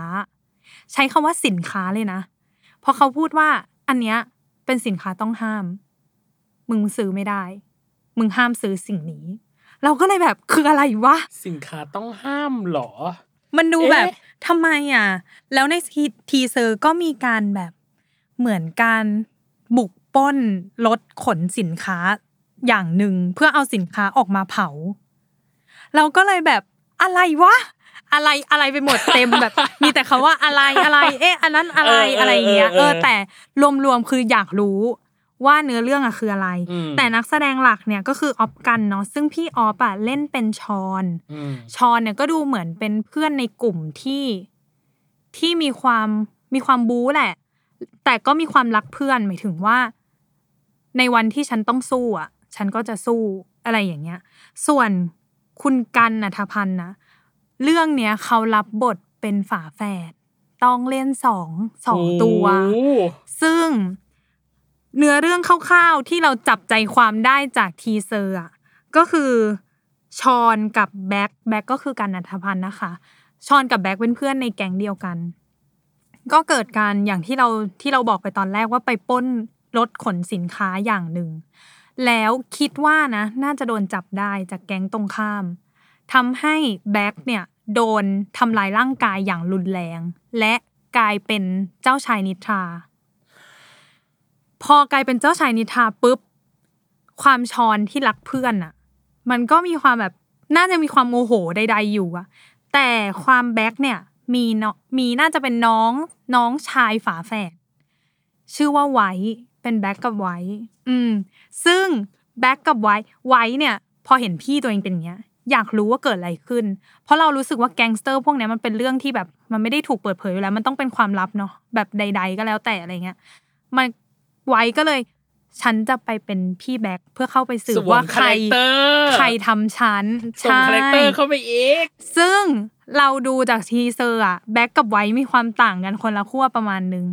ใช้คำว่าสินค้าเลยนะ เพราะเขาพูดว่าอันเนี้ยเป็นสินค้าต้องห้าม มึงซื้อไม่ได้ มึงห้ามซื้อสิ่งนี้ เราก็เลยแบบคืออะไรวะ
สินค้าต้องห้ามเหรอ
มันดู
เอ๊ะ
แบบทำไมอ่ะ แล้วในทีทีเซอร์ก็มีการแบบเหมือนการบุกปล้นรถขนสินค้าอย่างหนึ่งเพื่อเอาสินค้าออกมาเผา เราก็เลยแบบอะไรวะ อะไรอะไรไปหมดเต็มแบบ มีแต่คาว่าอะไรอะไร เอ๊ะ อันนั้นอะไร
เออเออ
อะไรอย่างเงี้ย
เออ
เอ
เออ
อแต่รวมๆคืออยากรู้ว่าเนื้อเรื่องอะคืออะไร
อืม
แต่นักแสดงหลักเนี่ยก็คือออฟกันเนาะซึ่งพี่ออฟอะเล่นเป็นชอน
อืม
ชอนเนี่ยก็ดูเหมือนเป็นเพื่อนในกลุ่มที่ที่มีความมีความบู๊แหละ แต่ก็มีความรักเพื่อนหมายถึงว่า ในวันที่ฉันต้องสู้อ่ะ ฉันก็จะสู้อะไรอย่างเงี้ย ส่วนคุณกันนัทพันธ์นะเรื่องเนี้ยเขารับบทเป็นฝาแฝดต้องเล่นสองสองตัว
โอ้
ซึ่งเนื้อเรื่องคร่าวๆ ที่เราจับใจความได้จากทีเซอร์อะก็คือชอนกับแบ็คแบ็คก็คือการนัทพันธ์นะคะ ชอนกับแบ็คเป็นเพื่อนในแก๊งเดียวกัน ก็เกิดการอย่างที่เราที่เราบอกไปตอนแรกว่าไปปล้นรถขนสินค้าอย่างหนึ่ง แล้วคิดว่านะ น่าจะโดนจับได้จากแก๊งตรงข้ามทำให้แบ็คเนี่ยโดนทำลายร่างกายอย่างรุนแรง และกลายเป็นเจ้าชายนิทรา พอกลายเป็นเจ้าชายนิทราปุ๊บ ความชอนที่รักเพื่อนอะมันก็มีความแบบน่าจะมีความโมโหใด ๆ อยู่อะแต่ความแบ็คเนี่ยมีเนาะมีน่าจะเป็นน้องน้องชายฝาแฝดชื่อว่าไว้เป็นแบ็คกับไว้อืม ซึ่งแบ็คกับไว้ไว้เนี่ย พอเห็นพี่ตัวเองเป็นอย่างเงี้ย อยากรู้ว่าเกิดอะไรขึ้น เพราะเรารู้สึกว่าแก๊งสเตอร์พวกเนี้ยมันเป็นเรื่องที่แบบ มันไม่ได้ถูกเปิดเผยอยู่แล้ว มันต้องเป็นความลับเนาะแบบใด ๆ ก็แล้วแต่อะไรเงี้ย มันไว้ก็เลย ฉันจะไปเป็นพี่แบ็คเพื่อเข้าไปสืบว่าใคร
ส่ง character
ใครทำฉัน
ส่ง
ใช่
คาแรคเตอร์เข้าไปอีก
ซึ่งเราดูจากทีเซอร์อะแบ็กกับไวท์มีความต่างกันคนละขั้วประมาณนึง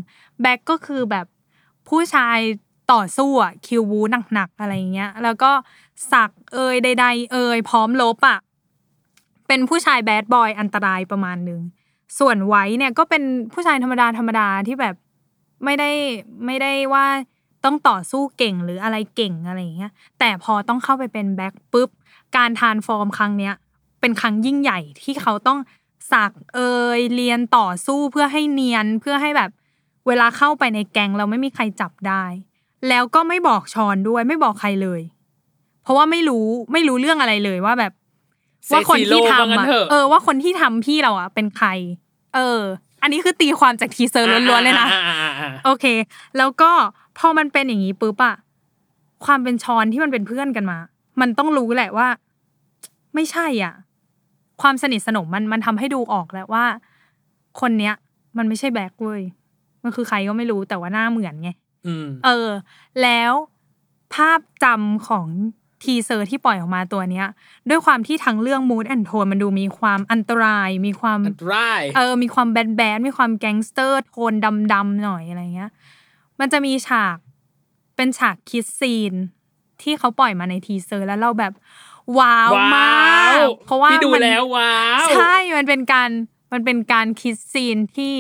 แบ็กก็คือแบบผู้ชายต่อสู้อะคิววูหนักๆอะไรอย่างเงี้ย แล้วก็สักเอยใด ๆ เอยพร้อมลบอะเป็นผู้ชายแบดบอยอันตรายประมาณนึง ส่วนไว้เนี่ยก็เป็นผู้ชายธรรมดาธรรมดาที่แบบไม่ได้ไม่ได้ว่า ต้องต่อสู้เก่งหรืออะไรเก่งอะไรอย่างเงี้ยแต่พอต้องเข้าไปเป็นแบ็คปุ๊บการทานฟอร์มครั้งเนี้ยเป็นครั้งยิ่งใหญ่ที่เขาต้องสักเอยเรียนต่อสู้เพื่อให้เนียนเพื่อให้แบบเวลาเข้าไปในแกงเราไม่มีใครจับได้ แล้วก็ไม่บอกชอนด้วยไม่บอกใครเลย เพราะว่าไม่รู้ไม่รู้เรื่องอะไรเลยว่าแบบ
เซ
ว่าคน
ซิโล
ที่
ว่า
ทำ
งั้
อะ
นเถอะ
เออ ว่าคนที่ทำพี่เราอะเป็นใคร เออ อันนี้คือตีความจากทีเซอร์ล้วนๆเลยนะ
อ่าอ่าอ่า
โอเค แล้วก็พอมันเป็นอย่างนี้ปุ๊บอะความเป็นชอนที่มันเป็นเพื่อนกันมา มันต้องรู้แหละว่า ไม่ใช่อ่ะ ความสนิทสนมมันมันทำให้ดูออกแล้วว่า คนเนี้ย มันไม่ใช่แบ็คเว้ยมันคือใครก็ไม่รู้แต่ว่าหน้าเหมือนไง
อืม
เออ แล้วภาพจำของทีเซอร์ที่ปล่อยออกมาตัวเนี้ย ด้วยความที่ทั้งเรื่อง mood and tone มันดูมีความอันตราย มีความ
อันตราย
เออ มีความแบนแบนๆมีความแก๊งสเตอร์ โทนดำๆหน่อยอะไรเงี้ย มันจะมีฉาก เป็นฉากคิสซีน ที่เขาปล่อยมาในทีเซอร์แล้วเราแบบ ว้าวมาก เพราะว่า
พี่ดู
มัน
แล้วว้าว
ใช่มันเป็นการมันเป็นการคิสซีนที่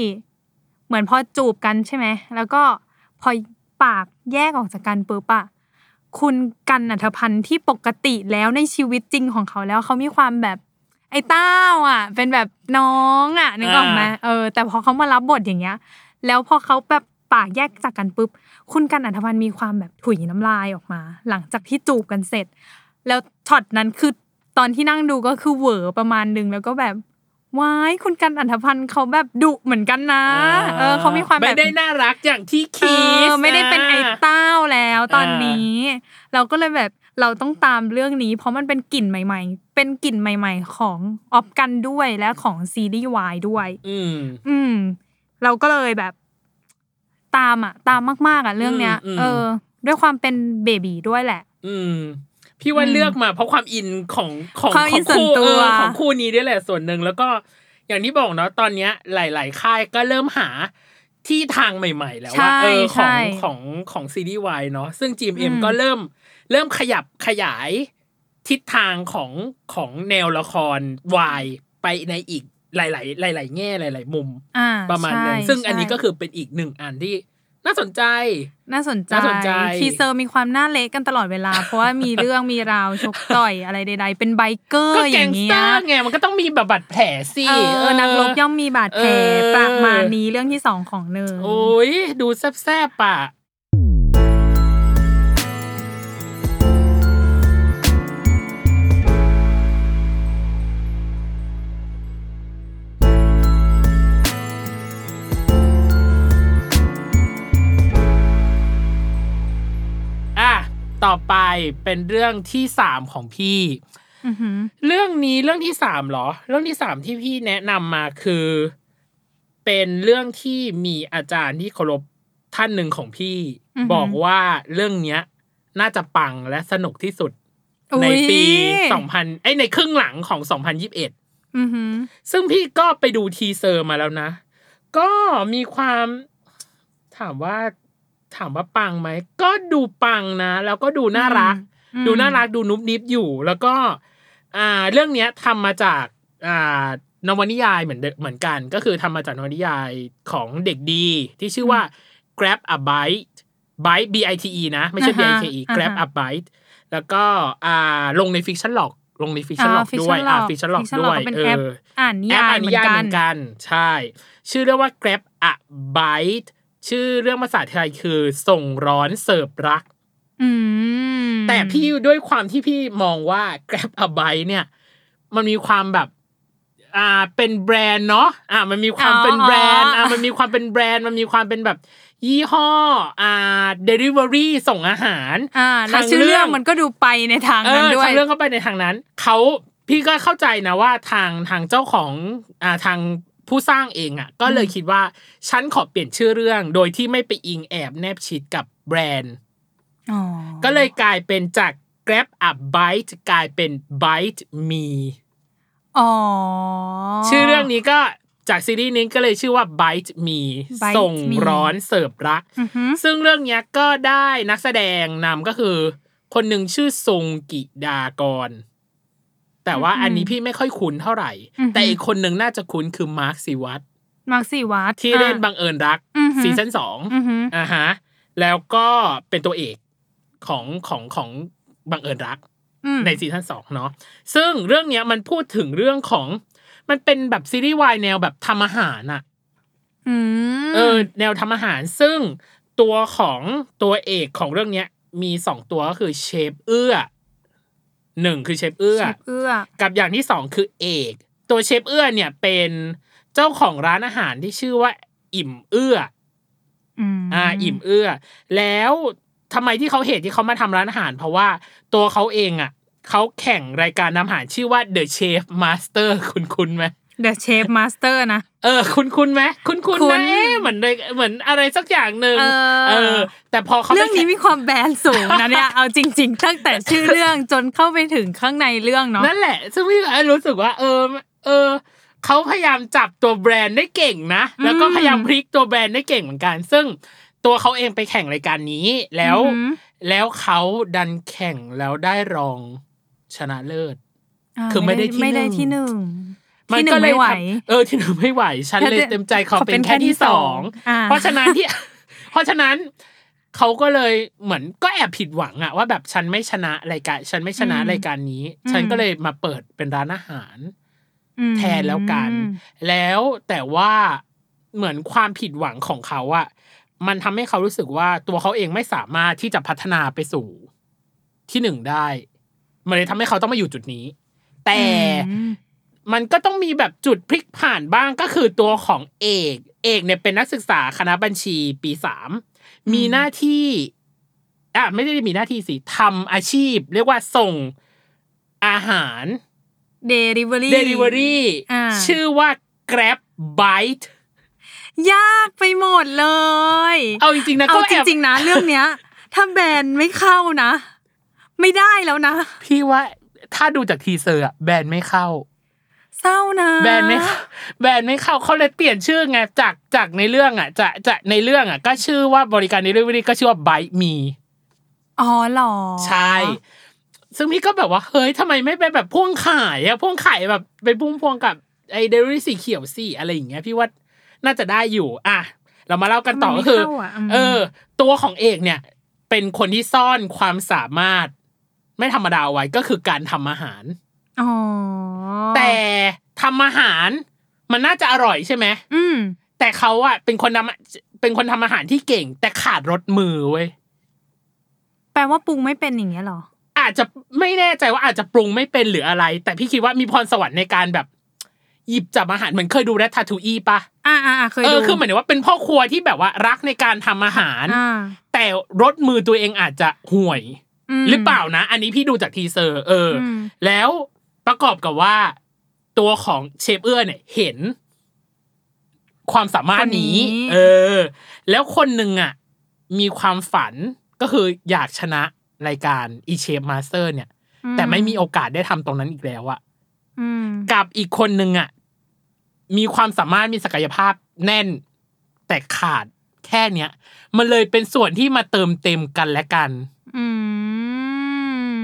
เหมือนพอจูบกันใช่ไหม แล้วก็พอปากแยกออกจากกันปุ๊บอะคุณกันอัธพันธ์ที่ปกติแล้วในชีวิตจริงของเขาแล้วเขามีความแบบไอ้เต้าอ่ะ เป็นแบบน้องอ่ะนึกออกไหมเออ แต่พอเขามารับบทอย่างเงี้ย แล้วพอเขาแบบปากแยกจากกันปุ๊บ คุณกันอัธพันธ์มีความแบบถุยน้ำลายออกมา หลังจากที่จูบกันเสร็จ แล้วช็อตนั้นคือตอนที่นั่งดูก็คือเหวอประมาณหนึ่งแล้วก็แบบว้ายคุณกันอัธพันธ์เขาแบบดุเหมือนกันนะ เออเขามีความแบบ
ไม่ได้น่ารักอย่างที่
เอ
คิด
อไม่ได้เป็นไอ้เต้าแล้วตอนนี้ เราก็เลยแบบเราต้องตามเรื่องนี้ เพราะมันเป็นกลิ่นใหม่ๆ เป็นกลิ่นใหม่ ๆ ของออฟกันด้วยและของซีรีส์วายด้วย
อืม
อืม เราก็เลยแบบ ตามอ่ะ ตามมากๆอ่ะเรื่องเนี้ย
อืมอืม
เออ ด้วยความเป็นเบบีด้วยแหละ
อืม พี่ว่า
อืม
เลือกมาเพราะความอินของของ
ความ
ข
อิ
อน ง
ส่วน
คู่
ตัว
เออของคู่นี้ด้วยแหละส่วนหนึ่งแล้วก็อย่างที่บอกเนาะตอนเนี้ยหลาย ๆ ค่ายก็เริ่มหาที่ทางใหม่ ๆ แล้วว่า
ใช่
เออข
ใช่
องของของซีรีส์วายเนาะซึ่ง
อื
GMM
ม
ก็เริ่มเริ่มขยับขยายทิศทางของของแนวละครวายไปในอีกหลาย ๆ หลาย ๆ แง่หลาย ๆ มุม
อ่า
ประมาณนึง
ใช่
ซึ่งอันนี้
ใช่
ก็คือเป็นอีกหนึ่งอันที่น่าสนใจ
น่าสนใจ
น่าสนใจ
ทีเซอร์มีความน่าเละกันตลอดเวลา เพราะว่ามีเรื่องมีราวชกต่อยอะไรใด ๆ เป็นไบเกอ
ก็
ร์อ
แก๊
ย่าง ง
ส
เงี้
เต
ย
อร์ไงมันก็ต้องมีแบบบาดแผลสิ
เออเออนักรบย่อมมีบาดแผล
เออ
ประมาณนี้เรื่องที่สองของเนย
โอ้ยดูแซ่บๆป่ะ อ่ะ ต่อไปเป็นเรื่องที่สามของพี่
อือหือ
เรื่องนี้เรื่องที่สามเหรอ เรื่องที่สามที่พี่แนะนำมาคือ เป็นเรื่องที่มีอาจารย์ที่เคารพท่านหนึ่งของพี่
อือหือ
บอกว่าเรื่องเนี้ย น่าจะปังและสนุกที่สุด
อุ๊ย
ในปี 2000ไอยในครึ่งหลังของ 2021
อือหือ
ซึ่งพี่ก็ไปดูทีเซอร์มาแล้วนะ ก็มีความถามว่าถามว่าปังไหม ก็ดูปังนะ แล้วก็ดูน่ารัก
อืม
ดูน่ารักดูนุบนิบอยู่แล้วก็อ่าเรื่องเนี้ยทำมาจากอ่านวนิยายเหมือนเดิเหมือนกัน ก็คือทำมาจากนวนิยายของเด็กดี ที่ชื่อว่า grab a bite bite b i t e นะ ไม่ใช่ b i
อ่าฮะ
k e
อ่าฮะ
grab a bite แล้วก็อ่าลงในฟิ c ชั่นหลอกลงในฟิ c ชั่นหลอก
อ่า Fiction
ด้วยอ่า
Log
ฟิ c ชั่นหลอก
Fiction
ด้
Log
วย
ก็เป็น
เอ
แอป
อ
อ่าน
แอยป
นิาย
อ่าน
เหมื
นิ
อน
ยาย
กั
เห
น
มือนกัน ใช่ ชื่อเรื่องว่า Grab a Bite ชื่อเรื่องภาษาไทยคือส่งร้อนเสิร์ฟรัก
อืม
แต่พี่ด้วยความที่พี่มองว่า Grab a Bite เนี่ย มันมีความแบบอ่าเป็นแบรนด์เนาะอ่ามันมีความเป็นแบรนด์อ่ามันมีความเป็นแบรนด์มันมีความเป็นแบบยี่ห้ออ่า delivery ส่งอาหาร
อ่าแล้ว
ทาง
ชื่อเรื่อง
เรื่อง
มันก็ดูไปในทาง
เอ
นั้น
อ
ด้วย
ทำเรื่องเข้าไปในทางนั้นเขาพี่ก็เข้าใจนะว่าทางทางเจ้าของอ่าทางผู้สร้างเองอ่ะ ก็เลย
อืม
คิดว่าฉันขอเปลี่ยนชื่อเรื่อง โดยที่ไม่ไปอิงแอบแนบชิดกับแบรนด์
อ๋อ
ก็เลยกลายเป็นจาก grab a bite กลายเป็น bite me
อ๋อ
ชื่อเรื่องนี้ก็จากซีรีส์นี้ก็เลยชื่อว่า bite me
Bite
ส่ง
Me
ร้อนเสิร์ฟรัก
อือหือ
ซึ่งเรื่องเนี้ยก็ได้นักแสดงนำก็คือ คนหนึ่งชื่อทรงกิดากร แต่ว่า
อืม
อันนี้พี่ไม่ค่อยคุ้นเท่าไหร่
อือฮึ
แต่อีกคนหนึ่งน่าจะคุ้นคือมาร์คซิวัต
มักสีวัด
ที่เล่น
อ่ะ
บังเอิญรัก
อือฮึ
ซีซั่นสอง
อือหือ
อ่าฮะ แล้วก็เป็นตัวเอกของของของบังเอิญรัก
อืม
ในซีซั่นสองเนาะซึ่งเรื่องเนี้ยมันพูดถึงเรื่องของมันเป็นแบบซีรีส์วายแนวแบบทำอาหารอะ
อืม
เออแนวทำอาหารซึ่งตัวของตัวเอกของเรื่องเนี้ยมีสองตัวก็คือเชฟเอื้อหนึ่งคือเชฟเอื้อ
เชฟเอื้อ
กับอย่างที่สองคือเอก ตัวเชฟเอื้อเนี่ยเป็นเจ้าของร้านอาหารที่ชื่อว่า อิ่มเอื้อ
อืม
อ่าอิ่มเอื้อ แล้วทำไมที่เขาเหตุที่เขามาทำร้านอาหาร เพราะว่าตัวเขาเองอ่ะเขาแข่งรายการทำอาหารชื่อว่า The Chef Master คุณคุณไหม
เดอะเชฟมาสเตอร์นะ
เออ คุณคุณไหมคุณคุณ
คุ้
ไหม
น
เอ๊ะเหมือนเลยเหมือนอะไรสักอย่างหนึ่ง
เอ
เออ แต่พอเขาไป
เรื่องนี้มีความแบนสูงนะเนี่ย เอาจริง ๆ ตั้งแต่ชื่อเรื่องจนเข้าไปถึงข้างในเรื่องเนาะ
นั่นแหละ ซึ่งพี่ก็รู้สึกว่า เออ เออเขาพยายามจับตัวแบรนด์ได้เก่งนะ แล้วก็พยายามพลิกตัวแบรนด์ได้เก่งเหมือนกัน ซึ่งตัวเขาเองไปแข่งรายการนี้แล้ว
อืม
แล้วเขาดันแข่งแล้วได้รองชนะเลิศ
อ่า
คือไม่ได้ที่
ไม่ได้
หนึ่ง
ที่หนึ่ง
มั
ที่หนึ่ง
ก็เลย
ไม่ไหว
ทำเออที่หนึ่งไม่ไหว ฉันเลยเต็มใจเขาเป็นแค่ที่สอง
อ่
เพราะฉะนั้นที่ เพราะฉะนั้นเขาก็เลยเหมือนก็แอบผิดหวังอะว่าแบบฉันไม่ชนะรายการฉันไม่ชนะรายการนี้ ฉันก็เลยมาเปิดเป็นร้านอาหาร
อืม
แทนแล้วกัน แล้วแต่ว่าเหมือนความผิดหวังของเขาอะมันทำให้เขารู้สึกว่าตัวเขาเองไม่สามารถที่จะพัฒนาไปสู่ที่หนึ่งได้ มันเลยทำให้เขาต้องมาอยู่จุดนี้ แต่
อืม
มันก็ต้องมีแบบจุดพลิกผ่านบ้างก็คือตัวของเอก เอกเนี่ยเป็นนักศึกษาคณะบัญชีปีสามมีหน้าที่อ่ะไม่ได้มีหน้าที่สิทำอาชีพ เรียกว่าส่งอาหาร
delivery
Delivery
อ่า
ชื่อว่า Grab Bite
ยากไปหมดเลย
เอาจริงๆนะ
เอา
ก็แอ
จ
บ
ริง ๆ นะ เรื่องเนี้ย ถ้าแบนไม่เข้านะ ไม่ได้แล้วนะ
พี่ว่าถ้าดูจากทีเซอร์อะแบรนด์ไม่เข้า
เศร้านะ
แบรนด์ไม่เข้าแบรนด์ไม่เข้าเขาเลยเปลี่ยนชื่อไงจากจากในเรื่องอ่ะจะจะในเรื่องอ่ะก็ชื่อว่าบริการ Delivery ก็ชื่อว่า Bite Me
อ๋อเหรอ
ใช่ ซึ่งพี่ก็แบบว่า เฮ้ยทำไมไม่เป็นแบบพ่วงขายอะพ่วงขายแบบไปพุ่งพวงกับไอ้เดลิสีเขียวสี่อะไรอย่างเงี้ยพี่ว่าน่าจะได้อยู่ อ่ะ เรามาเล่ากันต่อก็คือ
ทำไมไม่เข้าะม
เออ ตัวของเอกเนี่ย เป็นคนที่ซ่อนความสามารถ ไม่ธรรมดาเอาไว้ก็คือการทำอาหาร
อ๋อ
แต่ทำอาหารมันน่าจะอร่อยใช่ไหม
อืม
แต่เขาอะเป็นคนทำเป็นคนทำอาหารที่เก่ง แต่ขาดรสมือเว้ย
แปลว่าปรุงไม่เป็นอย่างเงี้ยเหรอ
อาจจะไม่แน่ใจว่าอาจจะปรุงไม่เป็นหรืออะไร แต่พี่คิดว่ามีพรสวรรค์ในการแบบ หยิบจับอาหารเหมือนเคยดูแรททาทูอีปะ
อ่าอ่าอ่าเคย
เอ
ดู
อคือเหมือนว่าเป็นพ่อครัวที่แบบว่ารักในการทำอาหาร
อ่า
แต่รสมือตัวเองอาจจะห่วย
ม
หรือเปล่านะ อันนี้พี่ดูจากทีเซอร์ เอออ
ม
แล้วประกอบกับว่า ตัวของเชฟเอื้อเนี่ยเห็น ความสามารถนี้ เออ แล้วคนหนึ่งอ่ะ มีความฝันก็คืออยากชนะรายการอีเชฟมาสเตอร์เนี่ย แต่ไม่มีโอกาสได้ทำตรงนั้นอีกแล้วอะ
อืม
กับอีกคนนึงอะมีความสามารถมีศักยภาพแน่น แต่ขาดแค่เนี้ย มันเลยเป็นส่วนที่มาเติมเต็มกันและกัน
อืม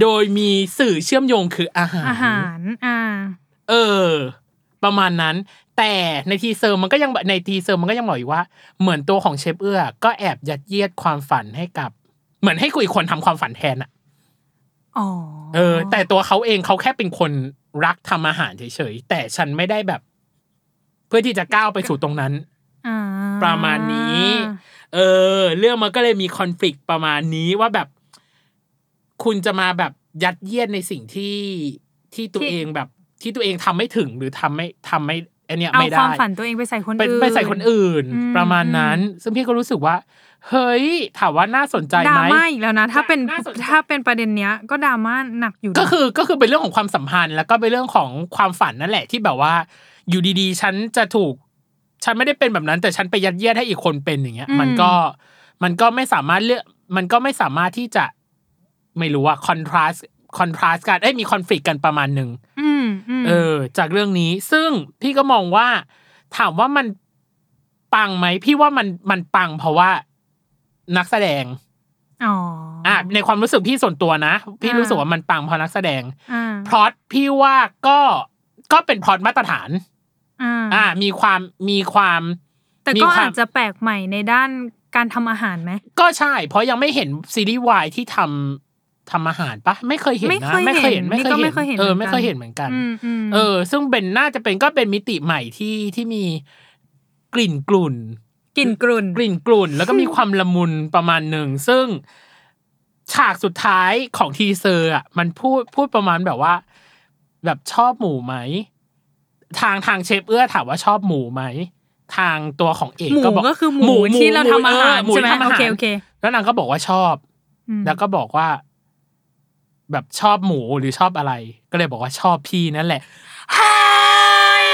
โดยมีสื่อเชื่อมโยงคืออาหาร
อาหาร อ่า
เออ ประมาณนั้น แต่ในทีเซอร์มันก็ยังในทีเซอร์มันก็ยังบอกอีกว่า เหมือนตัวของเชฟเอื้อ ก็แอบยัดเยียดความฝันให้กับ เหมือนให้กูอีกคนทำความฝันแทนอะ
อ๋อ
เออแต่ตัวเขาเองเขาแค่เป็นคนรักทำอาหารเฉยๆแต่ฉันไม่ได้แบบ เพื่อที่จะก้าวไปสู่ตรงนั้น
อ่า
ประมาณนี้ เออ เรื่องมันก็เลยมีคอน FLICT ประมาณนี้ว่าแบบ คุณจะมาแบบยัดเยียดในสิ่งที่ที่ตัวเองแบบ ที่ตัวเองทำไม่ถึงหรือทำไม่ทำไม่อันเนี้ย
เอา
ไม่ได้
ความฝันตัวเองไปใส่คน
เป็น
อื่น
ไปใส่คนอื่น
อืม
ประมาณนั้น ซึ่งพี่ก็รู้สึกว่า เฮ้ย ถามว่าน่าสนใจ
ดรา
ไหม
ม่าอีกแล้วนะ ถ้าเป็น
น่าสนใจ
ถ้าเป็นประเด็นเนี้ย ก็ดราม่าหนักอยู่นะ
ก็คือก็คือเป็นเรื่องของความสัมพันธ์ แล้วก็เป็นเรื่องของความฝันนั่นแหละที่แบบว่า อยู่ดีๆ ฉันจะถูก ฉันไม่ได้เป็นแบบนั้น แต่ฉันไปยัดเยียดให้อีกคนเป็นอย่างเงี้ย มันก็มันก็ไม่สามารถเลือกมันก็ไม่สามารถที่จะไม่รู้ว่าคอนทราสคอนทราสกันเอ้ยมีคอนฟ lict กันประมาณหนึ่ง
มอืม
เออ จากเรื่องนี้ซึ่งพี่ก็มองว่า ถามว่ามันปังไหมพี่ว่ามันมันปังเพราะว่านักแสดง
อ๋ออ่า
อ่ะในความรู้สึกพี่ส่วนตัวนะพี่รู้สึกว่ามันปังเพราะนักแสดง
อ่า
พล็อตพี่ว่าก็ก็เป็นพล็อตมาตรฐาน
อ่า
อ่า มีความมีความ
แต่
มี
ก็
ความ
อาจจะแปลกใหม่ในด้าน การทำอาหารไหม
ก็ใช่ เพราะยังไม่เห็นซีรีส์วายที่ทำทำอาหารปะไม่เคยเห็นนะ
ไม่เคยเห็น
ไม่เคย
นี่ก็ไม่
เห็น
เคยเห็น
เออ
เหมือนกัน
ไม่เคยเห็นเหมือนกัน
อืมอืม
เออ ซึ่งเป็นน่าจะเป็นก็เป็นมิติใหม่ที่ที่มีกลิ่นกลุ่น
กลิ่นกลุ่น
กลิ่นกลุ่น แล้วก็มีความละมุนประมาณหนึ่ง ซึ่งฉากสุดท้ายของทีเซอร์อ่ะมันพูดพูดประมาณแบบว่า แบบชอบหมูไหม ทางทางเชฟเอื้อถามว่าชอบหมูไหม ทางตัวของเอก
หมู
ก็บอก
ก็คือหมูที่เราทำอาหาร
เมู
ใช่ไหม
ที่ทำ
โอ
อาา
เค
ร
โอเค
แล้วนางก็บอกว่าชอบ
อืม
แล้วก็บอกว่า แบบชอบหมูหรือชอบอะไร ก็เลยบอกว่าชอบพี่นั่นแหละ
เฮ้ย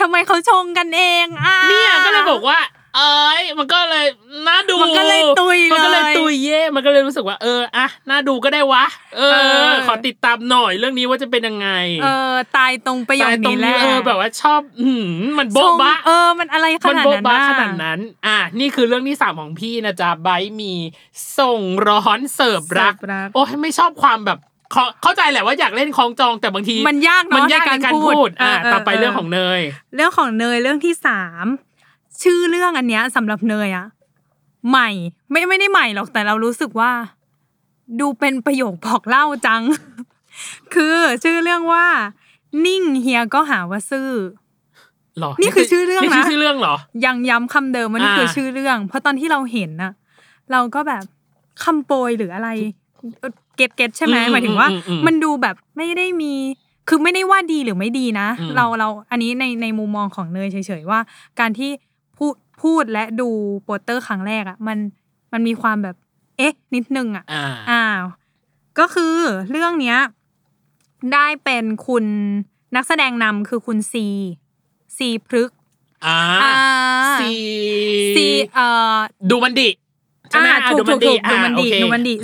ทำไมเขาชงกันเองอ่ะ
เนี่ยก็เลยบอกว่า เอ้ยมันก็เลยน่าดู
มันก็เลยตุยเลย
มันก็เลยตุยเย่มันก็เลยรู้สึกว่า เอออะน่าดูก็ได้วะ เอ
เอ
อ
อ
ขอติดตามหน่อยเรื่องนี้ว่าจะเป็นยังไง
เออตายตรงประโย
ตา
ค
ยตรง
นี้แหละ
เออแบบว่าชอบอืมมันโบ๊ะบะ
ชงเออมันอะไรข
มัน
นาด
โบ๊ะ
นั้น
บะ
อะ
ขนาดนั้น อ่ะนี่คือเรื่องที่สามของพี่นะจ๊ะไบร์ทมีส่งร้อนเสิร์ฟรัก
เสิร์ฟรัก
โอ้ยไม่ชอบความแบบเข้าเข้าใจแหละว่าอยากเล่นคลองจองแต่บางที
มันยาก
มัน
เนาะ
ยากในการพูดอ่ะ
เ
ต่อไปเรื่องของเนย
เรื่องของเนยเรื่องที่สามชื่อเรื่องอันเนี้ยสำหรับเนยอะใหม่ไม่ไม่ได้ใหม่หรอกแต่เรารู้สึกว่า ดูเป็นประโยคบอกเล่าจัง คือชื่อเรื่องว่า นิ่งเฮียก็หาว่าซื่อ
หรอ
นี่คือชื่อเรื่องนะ
นี่คือชื่อเรื่องเหรอ
ยังย้ำคำเดิมว่านี่
อ่า
คือชื่อเรื่อง เพราะตอนที่เราเห็นน่ะ เราก็แบบคำโปรยหรืออะไรเอ่อเก็ตเก็ตใช่ไหม
อื
หมายถึงว่า
อือือื
มันดูแบบไม่ได้มีคือไม่ได้ว่าดีหรือไม่ดีนะ
อืม
เราเราอันนี้ในในมุมมองของเนยเฉยๆว่า การที่พูดพูดและดูโปสเตอร์ครั้งแรกอะ่ะมันมันมีความแบบ เอ๊ะ นิดนึงอ่ะ
อ่า
อ้าวก็คือเรื่องเนี้ยได้เป็นคุณนักแสดงนำคือคุณซีซีพฤกษ์
อ่า
อ่า
ซี
ซีเอ่อ
ดูมันดิใช่ไหม
อ่า
อ่า
ถู
ดู
ก
มั
ถู
น
ก
ดิ
ถูกดูมันดี
อ่า
ดูมัน
โอเค
ดี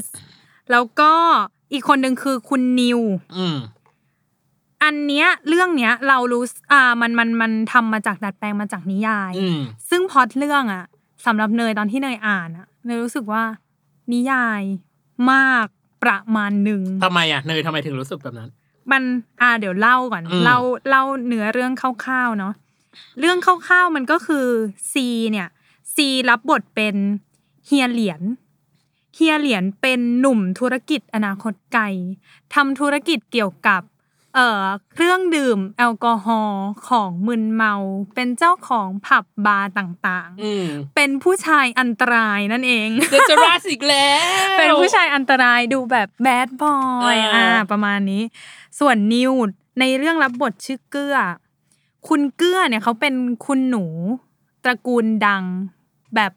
แล้วก็อีกคนหนึ่งคือคุณนิว
อืม
อันเนี้ยเรื่องเนี้ยเรารู้สอ่ามันมันมันทำมาจากดัดแปลงมาจากนิยาย
อืม
ซึ่งพล็อตเรื่องอะสำหรับเนยตอนที่เนยอ่านอะเนยรู้สึกว่า นิยายมากประมาณหนึ่ง
ทำไมอ่ะ เนยทำไมถึงรู้สึกแบบนั้น
มันอ่าเดี๋ยวเล่าก่อน
อืม
เล่าเล่าเนื้อเรื่องคร่าวๆเนาะเรื่องคร่าวๆมันก็คือซีเนี่ยซีรับบทเป็นเฮียเหรียญเฮียเหรียญเป็นหนุ่มธุรกิจอนาคตไกลทำธุรกิจเกี่ยวกับเอ่อเครื่องดื่มแอลกอฮอล์ของมึนเมา เป็นเจ้าของผับบาร์ต่าง
อืม
ๆ เป็นผู้ชายอันตรายนั่นเอง
เดจราสอีกแล้ว
เป็นผู้ชายอันตรายดูแบบแบดบอย
อ่า
อ่า ประมาณนี้ ส่วนนิวในเรื่องรับบทชื่อเกื้อ คุณเกื้อเนี่ยเขาเป็นคุณหนูตระกูลดัง แบบ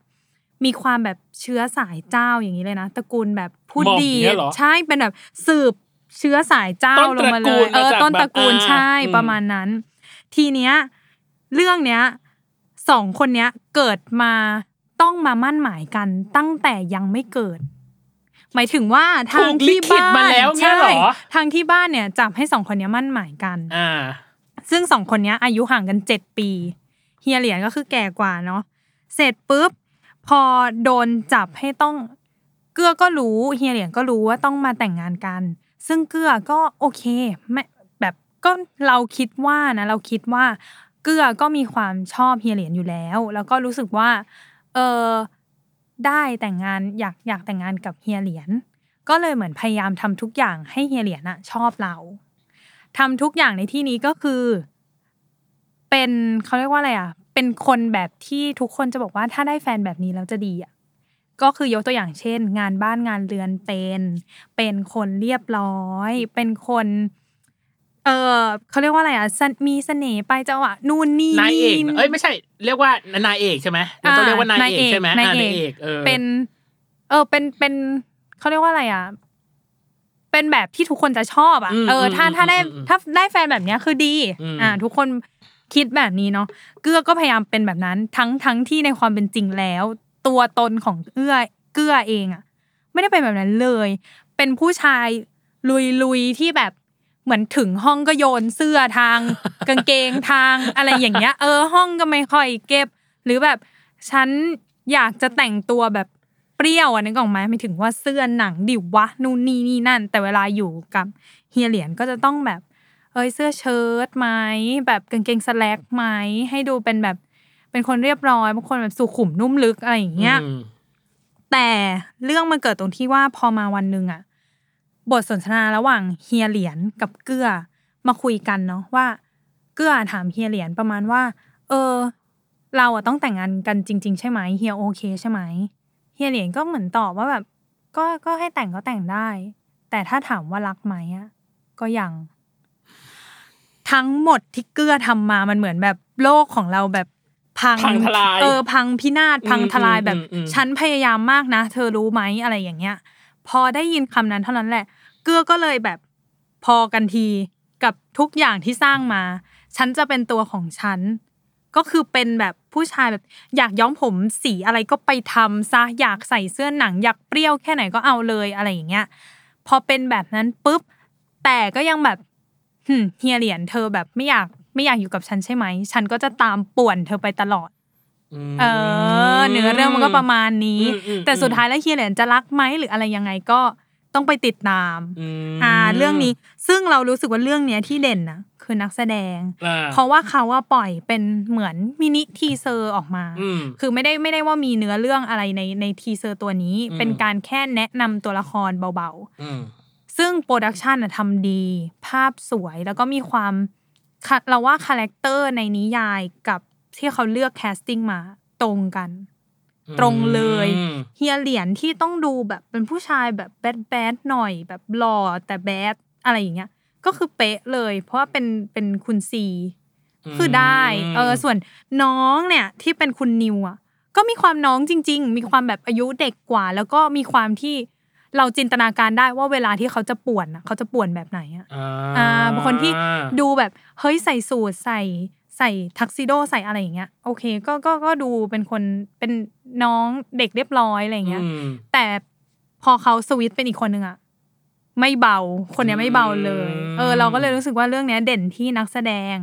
มีความแบบเชื้อสายเจ้าอย่างนี้เลยนะตระกูลแบบผู้
หม่อม
ดี
เงี้ยเหรอ
ใช่เป็นแบบสืบเชื้อสายเจ้า
ต้น
ลงมา
ตระ
เล
กู
ย
ล
เออ
มาจาก
ต้นตระกูล
แบบอ่า
ใช่
อืม
ประมาณนั้น ทีเนี้ยเรื่องเนี้ยสองคนเนี้ยเกิดมาต้องมามั่นหมายกันตั้งแต่ยังไม่เกิด หมายถึงว่าทาง
ลิ
ที่
ขิตมา
บ้าน
แล้วเงี้ยเหรอ
ใช่ทางที่บ้านเนี่ยจับให้สองคนเนี้ยมั่นหมายกัน
อ่า
ซึ่งสองคนเนี้ยอายุห่างกันเจ็ดปี เฮียเหรียญก็คือแก่กว่าเนาะเสร็จปุ๊บ พอโดนจับให้ต้องเกื้อก็รู้เฮียเหรียญก็รู้ว่าต้องมาแต่งงานกัน ซึ่งเกื้อก็โอเคไม่แบบก็เราคิดว่านะ เราคิดว่า เกื้อก็มีความชอบเฮียเหรียญอยู่แล้ว แล้วก็รู้สึกว่า เออได้แต่งงานอยากอยากแต่งงานกับเฮียเหรียญก็เลยเหมือนพยายามทำทุกอย่างให้เฮียเหรียญอะชอบเราทำทุกอย่างในที่นี้ก็คือ เป็นเขาเรียกว่าอะไรอะเป็นคนแบบที่ทุกคนจะบอกว่าถ้าได้แฟนแบบนี้แล้วจะดีอะก็คือยกตัวอย่างเช่น งานบ้านงานเรือนเป็น เป็นคนเรียบร้อย เป็นคน เออเขาเรียกว่าอะไรอะสนมีเสน่ห์ไปจังหวะนู่นนี่
นายเอก
นี่
เอ้ยไม่ใช่ เรียกว่านายเอกใช่ไหมเราต้องเรียกว่านายเอกใช่ไหม
นาย
อ่
เอก
เออ
เป็น เออ เป็น เป็น เขาเรียกว่าอะไรอ่ะ เป็นแบบที่ทุกคนจะชอบอ่ะ
ม
เออ ถ้า
ม
ถ้าได้
อืม
ถ้าได้แฟนแบบเนี้ยคือดี
อืม
อ่า ทุกคนคิดแบบนี้เนาะ เกื้อก็พยายามเป็นแบบนั้น ทั้ง ทั้งที่ในความเป็นจริงแล้ว ตัวตนของเอื้อ เกื้อเองอ่ะ ไม่ได้เป็นแบบนั้นเลย เป็นผู้ชายลุยๆที่แบบเหมือนถึงห้องก็โยนเสื้อทาง กางเกงทางอะไรอย่างเงี้ย เออ ห้องก็ไม่ค่อยเก็บ หรือแบบฉันอยากจะแต่งตัวแบบเปรี้ยวอันนึกออกไหมไม่ถึงว่าเสื้อหนังดิวะนู่นนี่นี่นั่น แต่เวลาอยู่กับเฮียเหรียญก็จะต้องแบบ เอ้ยเสื้อเชิ้ตไหมแบบกางเกงสแลกไหมให้ดูเป็นแบบ เป็นคนเรียบร้อยบางคนแบบสุขุมนุ่มลึกอะไรอย่างเงี้ย
อืม
แต่เรื่องมันเกิดตรงที่ว่าพอมาวันหนึ่งอะบทสนทนาระหว่างเฮียเหรียญกับเกื้อมาคุยกันเนาะว่า เกื้อถามเฮียเหรียญประมาณว่า เออ เราอะต้องแต่งงานกันจริง ๆ ใช่ไหมเฮียโอเคใช่ไหมเฮียเหรียญก็เหมือนตอบว่าแบบ ก็ก็ให้แต่งก็แต่งได้ แต่ถ้าถามว่ารักไหมอะก็ยัง ทั้งหมดที่เกื้อทำมามันเหมือนแบบโลกของเราแบบพัง
พังทลาย
เออ พังพินาศพังทลาย
อืม
แบบ
อืม
ฉันพยายามมากนะ เธอรู้ไหมอะไรอย่างเงี้ย พอได้ยินคำนั้นเท่านั้นแหละ เกื้อก็เลยแบบพอกันทีกับทุกอย่างที่สร้างมา ฉันจะเป็นตัวของฉัน ก็คือเป็นแบบผู้ชายแบบอยากย้อมผมสีอะไรก็ไปทำซะอยากใส่เสื้อหนัง อยากเปรี้ยวแค่ไหนก็เอาเลยอะไรอย่างเงี้ย พอเป็นแบบนั้นปุ๊บ แต่ก็ยังแบบหึ่มเฮียเหรียญเธอแบบไม่อยากไม่อยากอยู่กับฉันใช่ไหม ฉันก็จะตามป่วนเธอไปตลอด
ม
เออ เนื้อเรื่องมันก็ประมาณนี้
อืมอืม
แต่สุดท้ายแล้วเฮียเหรียญจะรักไหมหรืออะไรยังไงก็ต้องไปติดตาม
อืม
อ่า เรื่องนี้ซึ่งเรารู้สึกว่าเรื่องเนี้ยที่เด่นนะคือนักแสดง
อ่
เพราะว่าเขาว่าปล่อยเป็นเหมือนมินิทีเซอร์ออกมา
อืม
คือไม่ได้ไม่ได้ว่ามีเนื้อเรื่องอะไรในในทีเซอร์ตัวนี้
อืม
เป็นการแค่แนะนำตัวละครเบา
อืม
ๆ ซึ่งโปรดักชันน่ะทำดี ภาพสวยแล้วก็มีความค่ะเราว่าคาแรคเตอร์ในนิยายกับที่เขาเลือกแคสติ้งมาตรงกัน ตรงเลย เฮียเหรียญที่ต้องดูแบบเป็นผู้ชายแบบแบดแบดๆหน่อยแบบหล่อแต่แบดอะไรอย่างเงี้ย ก็คือเป๊ะเลย เพราะว่าเป็นเป็นคุณซี คือได้เออส่วนน้องเนี่ยที่เป็นคุณนิวอ่ะก็มีความน้องจริง ๆ มีความแบบอายุเด็กกว่า แล้วก็มีความที่เราจินตนาการได้ว่าเวลาที่เขาจะป่วนอะเขาจะป่วนแบบไหนอ่ะ อ่าบางคนที่ดูแบบเฮ้ยใส่สูทใส่ใส่ทักซิโดใส่อะไรอย่างเงี้ยโอเคก็ก็ก็ดูเป็นคนเป็นน้องเด็กเรียบร้อยอะไรอย่างเงี้ย แต่พอเขาสวิตช์เป็นอีกคนนึงอะไม่เบาคนเนี้ยไม่เบาเลย
อืม
เออ เราก็เลยรู้สึกว่าเรื่องเนี้ยเด่นที่นักแสดง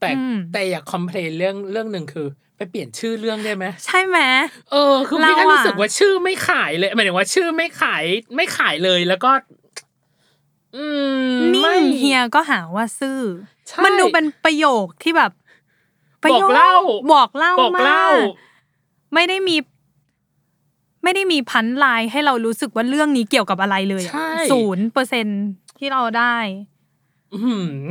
แต่
อืม
แต่อยากคอมเพลนเรื่องเรื่องหนึ่งคือ ไปเปลี่ยนชื่อเรื่องได้ไหม
ใช่ไหม
เออคือพี่ก็
เราอะ
รู้สึกว่าชื่อไม่ขายเลยหมายถึงว่าชื่อไม่ขายไม่ขายเลยแล้วก็ อืม
นิ่
ไม่
งเฮียก็หาว่าซื่อ
ใช่
มันดูเป็นประโยคที่แบบประโย
บอ
ค
กเล่า
บอกเล่า
บอกเล่า
มากไม่ได้มี ไม่ได้มีพันลายให้เรารู้สึกว่าเรื่องนี้เกี่ยวกับอะไรเลยอะ
ใช่
ศูนย์เปอร์เซ็นที่เราได้
อื้อหือ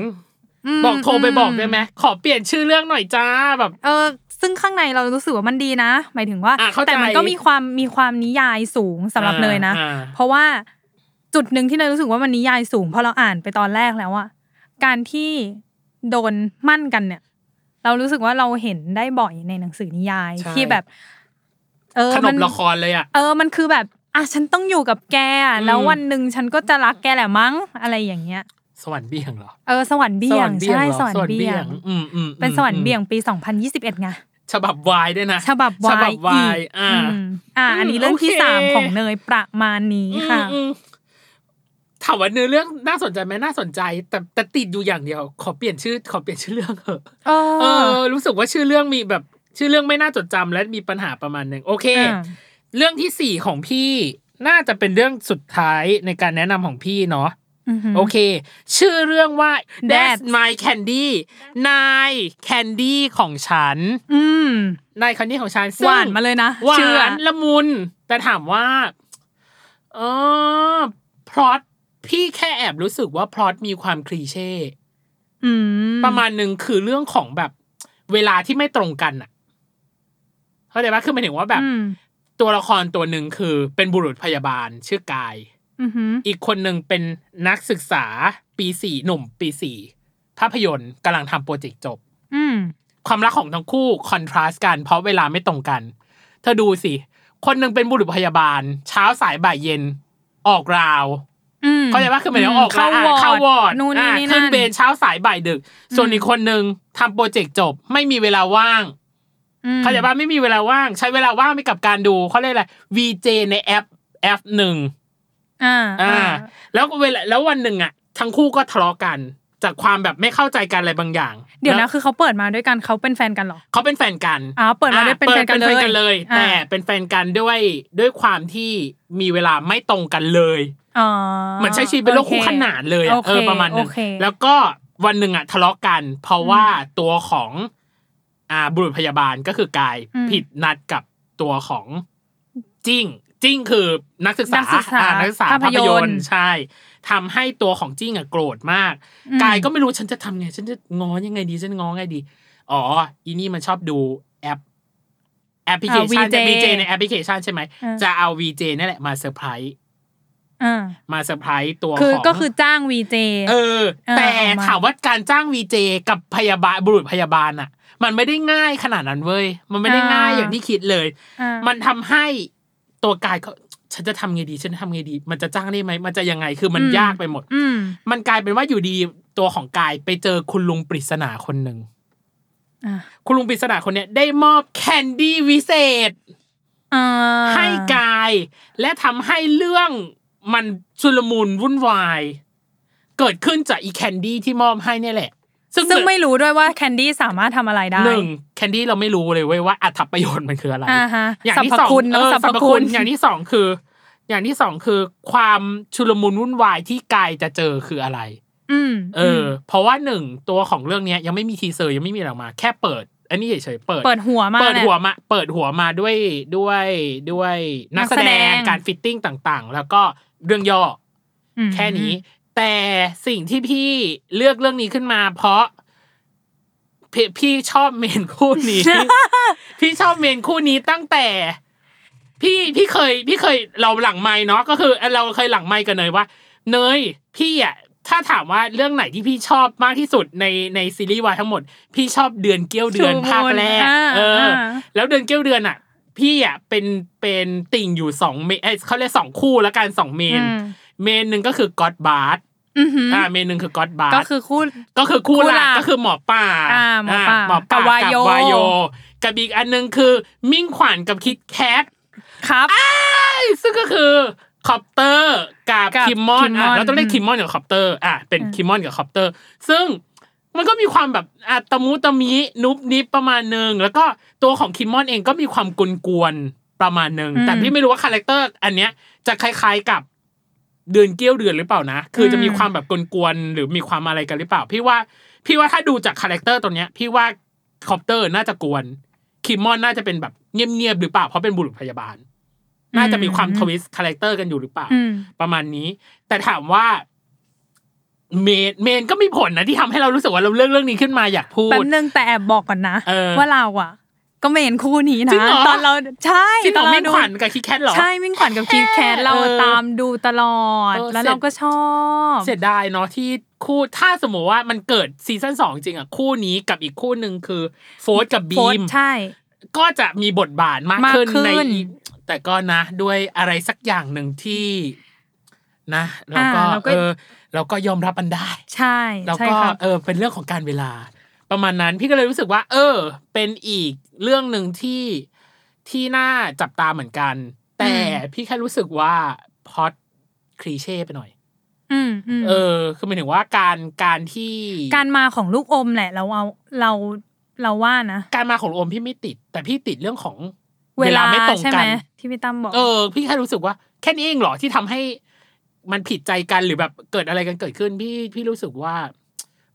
ม
บอกโทรไปบอกได้ไหมขอเปลี่ยนชื่อเรื่องหน่อยจ้าแบบ
เออ ซึ่งข้างในเรารู้สึกว่ามันดีนะ หมายถึงว่า
อ่ะเข้าใจ
แต่มันก็มีความมีความนิยายสูงสำหรับเนยนะ
อ่าอ่า
เพราะว่าจุดหนึ่งที่เนยรู้สึกว่ามันนิยายสูงเพราะเราอ่านไปตอนแรกแล้วอะการที่โดนมั่นกันเนี่ย เรารู้สึกว่าเราเห็นได้บ่อยในหนังสือนิยาย
ใช่
ที่แบบ เออ
ขน
มั
ม
น
ละครเลยอ่ะ
เออมันคือแบบอ่ะฉันต้องอยู่กับแกอะ
อืม
แล้ววันหนึ่งฉันก็จะรักแกแหละมั้งอะไรอย่างเงี้ย
สวรรค์เบี่ยงเหรอ
เออสวรรค์เบี่ยงใช่
เหรอ
สวรรค์เบี่ยง
อืมอืม
เป็น
อืม
สวรรค์เบี่ยงปี 2021ไง
ฉบับวายด้วยนะ
ฉบับวาย
ฉวาย
อีก
อ่า
อืมอ่า อันนี้เรื่องที่
โอเค
สามของเนยประมาณนี้ค่ะ
อืมอืมถามว่าเนื้อเรื่องน่าสนใจไหมน่าสนใจ แต่แต่ติดอยู่อย่างเดียว ขอเปลี่ยนชื่อ ขอเปลี่ยนชื่อเรื่องเถอะ
เอ
เอ
อ
อ รู้สึกว่าชื่อเรื่องมีแบบ ชื่อเรื่องไม่น่าจดจำและมีปัญหาประมาณหนึ่งโอเค
อ่า
เรื่องที่สี่ของพี่น่าจะเป็นเรื่องสุดท้ายในการแนะนำของพี่เนาะ
หื
โอเค ชื่อเรื่องว่า
That's
That's My Candy นายแคนดี้ของฉัน
อืม
นายแคนดี้ของฉันซึ่ง
หวานมาเลยนะ
หวา
เชื่อ
นละมุน แต่ถามว่า เออพล็อตพี่แค่แอบรู้สึกว่าพล็อตมีความคลีเช่
อื
ประมาณหนึ่งคือเรื่องของแบบเวลาที่ไม่ตรงกันอะเข้าใจปะคือหมายถึงว่าแบบ
อืม
ตัวละครตัวหนึ่งคือเป็นบุรุษพยาบาลชื่อกาย
อือหือ
อีกคนหนึ่งเป็นนักศึกษาปีสี่หนุ่มปีสี่ภาพยนตร์กำลังทำโปรเจกต์จบ
อืม
ความรักของทั้งคู่คอนทราสต์กันเพราะเวลาไม่ตรงกัน เธอดูสิ คนหนึ่งเป็นบุรุษพยาบาล เช้าสายบ่ายเย็น ออกราว
อืม
เข้าใจว่าคือหมายถึงว่าออก
เข้าว
ร
อร์ด
เข้าวอร์ด
นู่นนี่
อ่ะขึ้
นี่
น
นั่น
เบนเช้าสายบ่ายดึก ส่วน
อืม
อีกคนหนึ่งทำโปรเจกต์จบ ไม่มีเวลาว่าง
อืม
เข้าใจว่าไม่มีเวลาว่าง ใช้เวลาว่างไปกับการดูเขาเรียกอะไร VJ ในแอปแอปหนึ่ง
อ่า
อ่าแล้วเวลาแล้ววันหนึ่งอ่ะทั้งคู่ก็ทะเลาะกัน จากความแบบไม่เข้าใจกันอะไรบางอย่าง
เดี๋ยว
แล้
นะคือเขาเปิดมาด้วยกันเขาเป็นแฟนกันเหรอ
เขาเป็นแฟนกัน
อ้าวเปิดมาได้
อ่ะ
เป็นแฟนกันเลย
ย
อ่า
แต่เป็นแฟนกันด้วยด้วยความที่มีเวลาไม่ตรงกันเลย
อ๋อ
เหมือนใช้ชีวิตเป็นโลกคู่ขนานเลยอะ
โอค
เออประมาณ
โอ
นั้น
เค
แล้วก็วันหนึ่งอะทะเลาะกัน เพราะว่าตัวของ อ่าบุรุษพยาบาลก็คือกาย
อืม
ผิดนัดกับตัวของจิ้ง จิ้งคือนักศึกษา
นักศึกษา
อ่นักศึกษา
ภาพยนตร์
ภาพยนตร์ใช่ทำให้ตัวของจิ้งอะโกรธมาก
อืม
กายก็ไม่รู้ฉันจะทำไง ฉันจะง้อยังไงดี ฉันง้อไงดี อ๋อ อีนี่มันชอบดูแอปแอปพลิเคชัน
อ่า VJ
วีเจในแอปพลิเคชันใช่ไหม
อืม
จะเอาวีเจนั่นแหละมาเซอร์ไพรส์
อ่า
มาเซอร์ไพรส์ตัว
คือ
ของ
ก็คือจ้างวีเจ
เออ
เออ
แต่
ออกมา
ถามว่าการจ้างวีเจกับพยาบาลบุรุษพยาบาลอะมันไม่ได้ง่ายขนาดนั้นเว้ย มันไม่ได้ง่ายอย่างที่คิดเลย มันทำให้ตัวกายก็ฉันจะทำไงดี ฉันจะทำไงดี มันจะจ้างได้ไหมมันจะยังไงคือมันยากไปหมด
อืม
มันกลายเป็นว่าอยู่ดีตัวของกายไปเจอคุณลุงปริศนาคนหนึ่ง
อ่ะ
คุณลุงปริศนาคนเนี้ยได้มอบแคนดี้วิเศษ
อ่า
ให้กายและทำให้เรื่องมันชุลมุนวุ่นวาย เกิดขึ้นจากอีแคนดี้ที่มอบให้เนี่ยแหละ ซึ่ง
ซึ่งไม่รู้ด้วยว่าแคนดี้สามารถทำอะไรได้
หนึ่งแคนดี้เราไม่รู้เลยเว้ยว่าอัตประโยชน์มันคืออะไร
อ่าฮะ
อย่าง
สรร
ที่
พ
สอง
คุณ
เอ
เนอะ
อ
สรรพคุณ
อย่างที่สองคือ อย่างที่สองคือ ความชุลมุนวุ่นวายที่กายจะเจอคืออะไร
อืม
เอออเพราะว่าหนึ่งตัวของเรื่องเนี้ยยังไม่มีทีเซอร์ยังไม่มีอะไรออกมา แค่เปิด อันนี้เฉยๆเปิด
เปิดหัวมา
เปิด
แหละ
หัวมาเปิดหัวมาด้วยด้วยด้วยนักแสด
นักแสด
ง
ง
การฟิตติ้งต่างๆ แล้วก็เรื่องย่อ
อืม
แค่นี้ แต่สิ่งที่พี่เลือกเรื่องนี้ขึ้นมา เพราะพี่พี่ชอบเมนคู่นี้ พี่ชอบเมนคู่นี้ตั้งแต่ พี่พี่เคย พี่เคยเราหลังไม้เนาะก็คือเอ่อเราเคยหลังไม้กันเนยว่า เนยพี่อ่ะถ้าถามว่าเรื่องไหนที่พี่ชอบมากที่สุดในในซีรีส์วายทั้งหมด พี่ชอบเดือนเกี้ยวเดือน
ชู
ภาคแรก
อ่า
เอออ
า
แล้วเดือนเกี้ยวเดือนอ่ะ พี่อ่ะเป็นเป็นติ่งอยู่สองเมเอ้ยเขาเรียกสองคู่แล้วกันสองเมน
อืม
เมนหนึ่งก็คือก็อดบาร์ด
อือหืออ
อ่าเมนหนึ่งคือก็อดบาร์
ก็
ด
คือคู่
ก็คือคู่หลั
คู่หลั
ก
ก
ก็คือหมอป่า
อ่าหมอป่า
หมอป่า
กับวาโย
กับวายโยกับอีกอันหนึงคือมิ่งขวัญกับคิดแคท
ครับ
ซึ่งก็คือคอปเตอร์กับ
กับ
คิมมอนอ่ะ
Kimmon
เราต้องเรียกคิมมอนกับคอปเตอร์อ่ะเป็น
อืม
คิมมอนกับคอปเตอร์ ซึ่งมันก็มีความแบบอะตะมุตะมินุบนิบประมาณหนึ่งแล้วก็ตัวของคิมมอนเองก็มีความกวนๆประมาณหนึ่ง
อืม
แต่พี่ไม่รู้ว่าคาแรคเตอร์อันเนี้ยจะคล้ายๆกับเดือนเกี้ยวเดือนหรือเปล่านะ คืออ
ม
จะมีความแบบกวนๆหรือมีความอะไรกันหรือเปล่า พี่ว่า พี่ว่าถ้าดูจากคาแรคเตอร์ตัวเนี้ย พี่ว่าคอปเตอร์น่าจะกวนคิมมอนน่าจะเป็นแบบเงียบๆหรือเปล่าเพราะเป็นบุรุษพยาบาล น่าจะมีความทวิสต์คาแรคเตอร์กันอยู่หรือเปล่า
อืม
ประมาณนี้ แต่ถามว่า เมนเมนก็มีผลนะที่ทำให้เรารู้สึกว่าเราเลือกเรื่องนี้ขึ้นมาอยากพูด
แป๊บนึงแต่แอบบอกก่อนนะ
เออ
ว่าเราอ่ะ ก็เมนคู่นี้นะ
จริงเหรอ
ตอนเราใช่
ที่ต่อ
ตน
มิ่ง
เราดู
ขวัญกับคิดแคทเหรอ
ใช่มิ่งขวัญกับคิดแคทเรา
เออ
ตามดูตลอด
เออ
แล้ว
เสร็จ
เราก็ชอบ
เสียดายเนาะที่คู่ถ้าสมมติว่ามันเกิดซีซั่นสองจริงอ่ะ คู่นี้กับอีกคู่หนึ่งคือโฟร์ธกับบี
โพส
ม
ต์ใช่
ก็จะมีบทบาทมาก
มาก
ขึ้น
ขึ้น
ในอีแต่ก็นะ ด้วยอะไรสักอย่างหนึ่งที่นะเราก็เออเราก็ยอมรับมันได้
ใช่
แล้ว
ใช่
ก็
ครับ
เออเป็นเรื่องของการเวลา ประมาณนั้นพี่ก็เลยรู้สึกว่า เออ เป็นอีกเรื่องหนึ่งที่ที่น่าจับตาเหมือนกัน แต่พี่แค่รู้สึกว่าพล็อดคลีเช่ไปหน่อย
อืมอืม
เออ คือหมายถึงว่าการการที่
การมาของลูกอมแหละเราเอาเราเราว่านะ
การมาของโอมพี่ไม่ติด แต่พี่ติดเรื่องของไม่
ไม่
ตรง
ใช่
กั
ไหม
น
ที่พี่ตั้มบอก
เออ พี่แค่รู้สึกว่า แค่นี้เองเหรอที่ทำให้มันผิดใจกันหรือแบบเกิดอะไรกันเกิดขึ้น พี่พี่รู้สึกว่า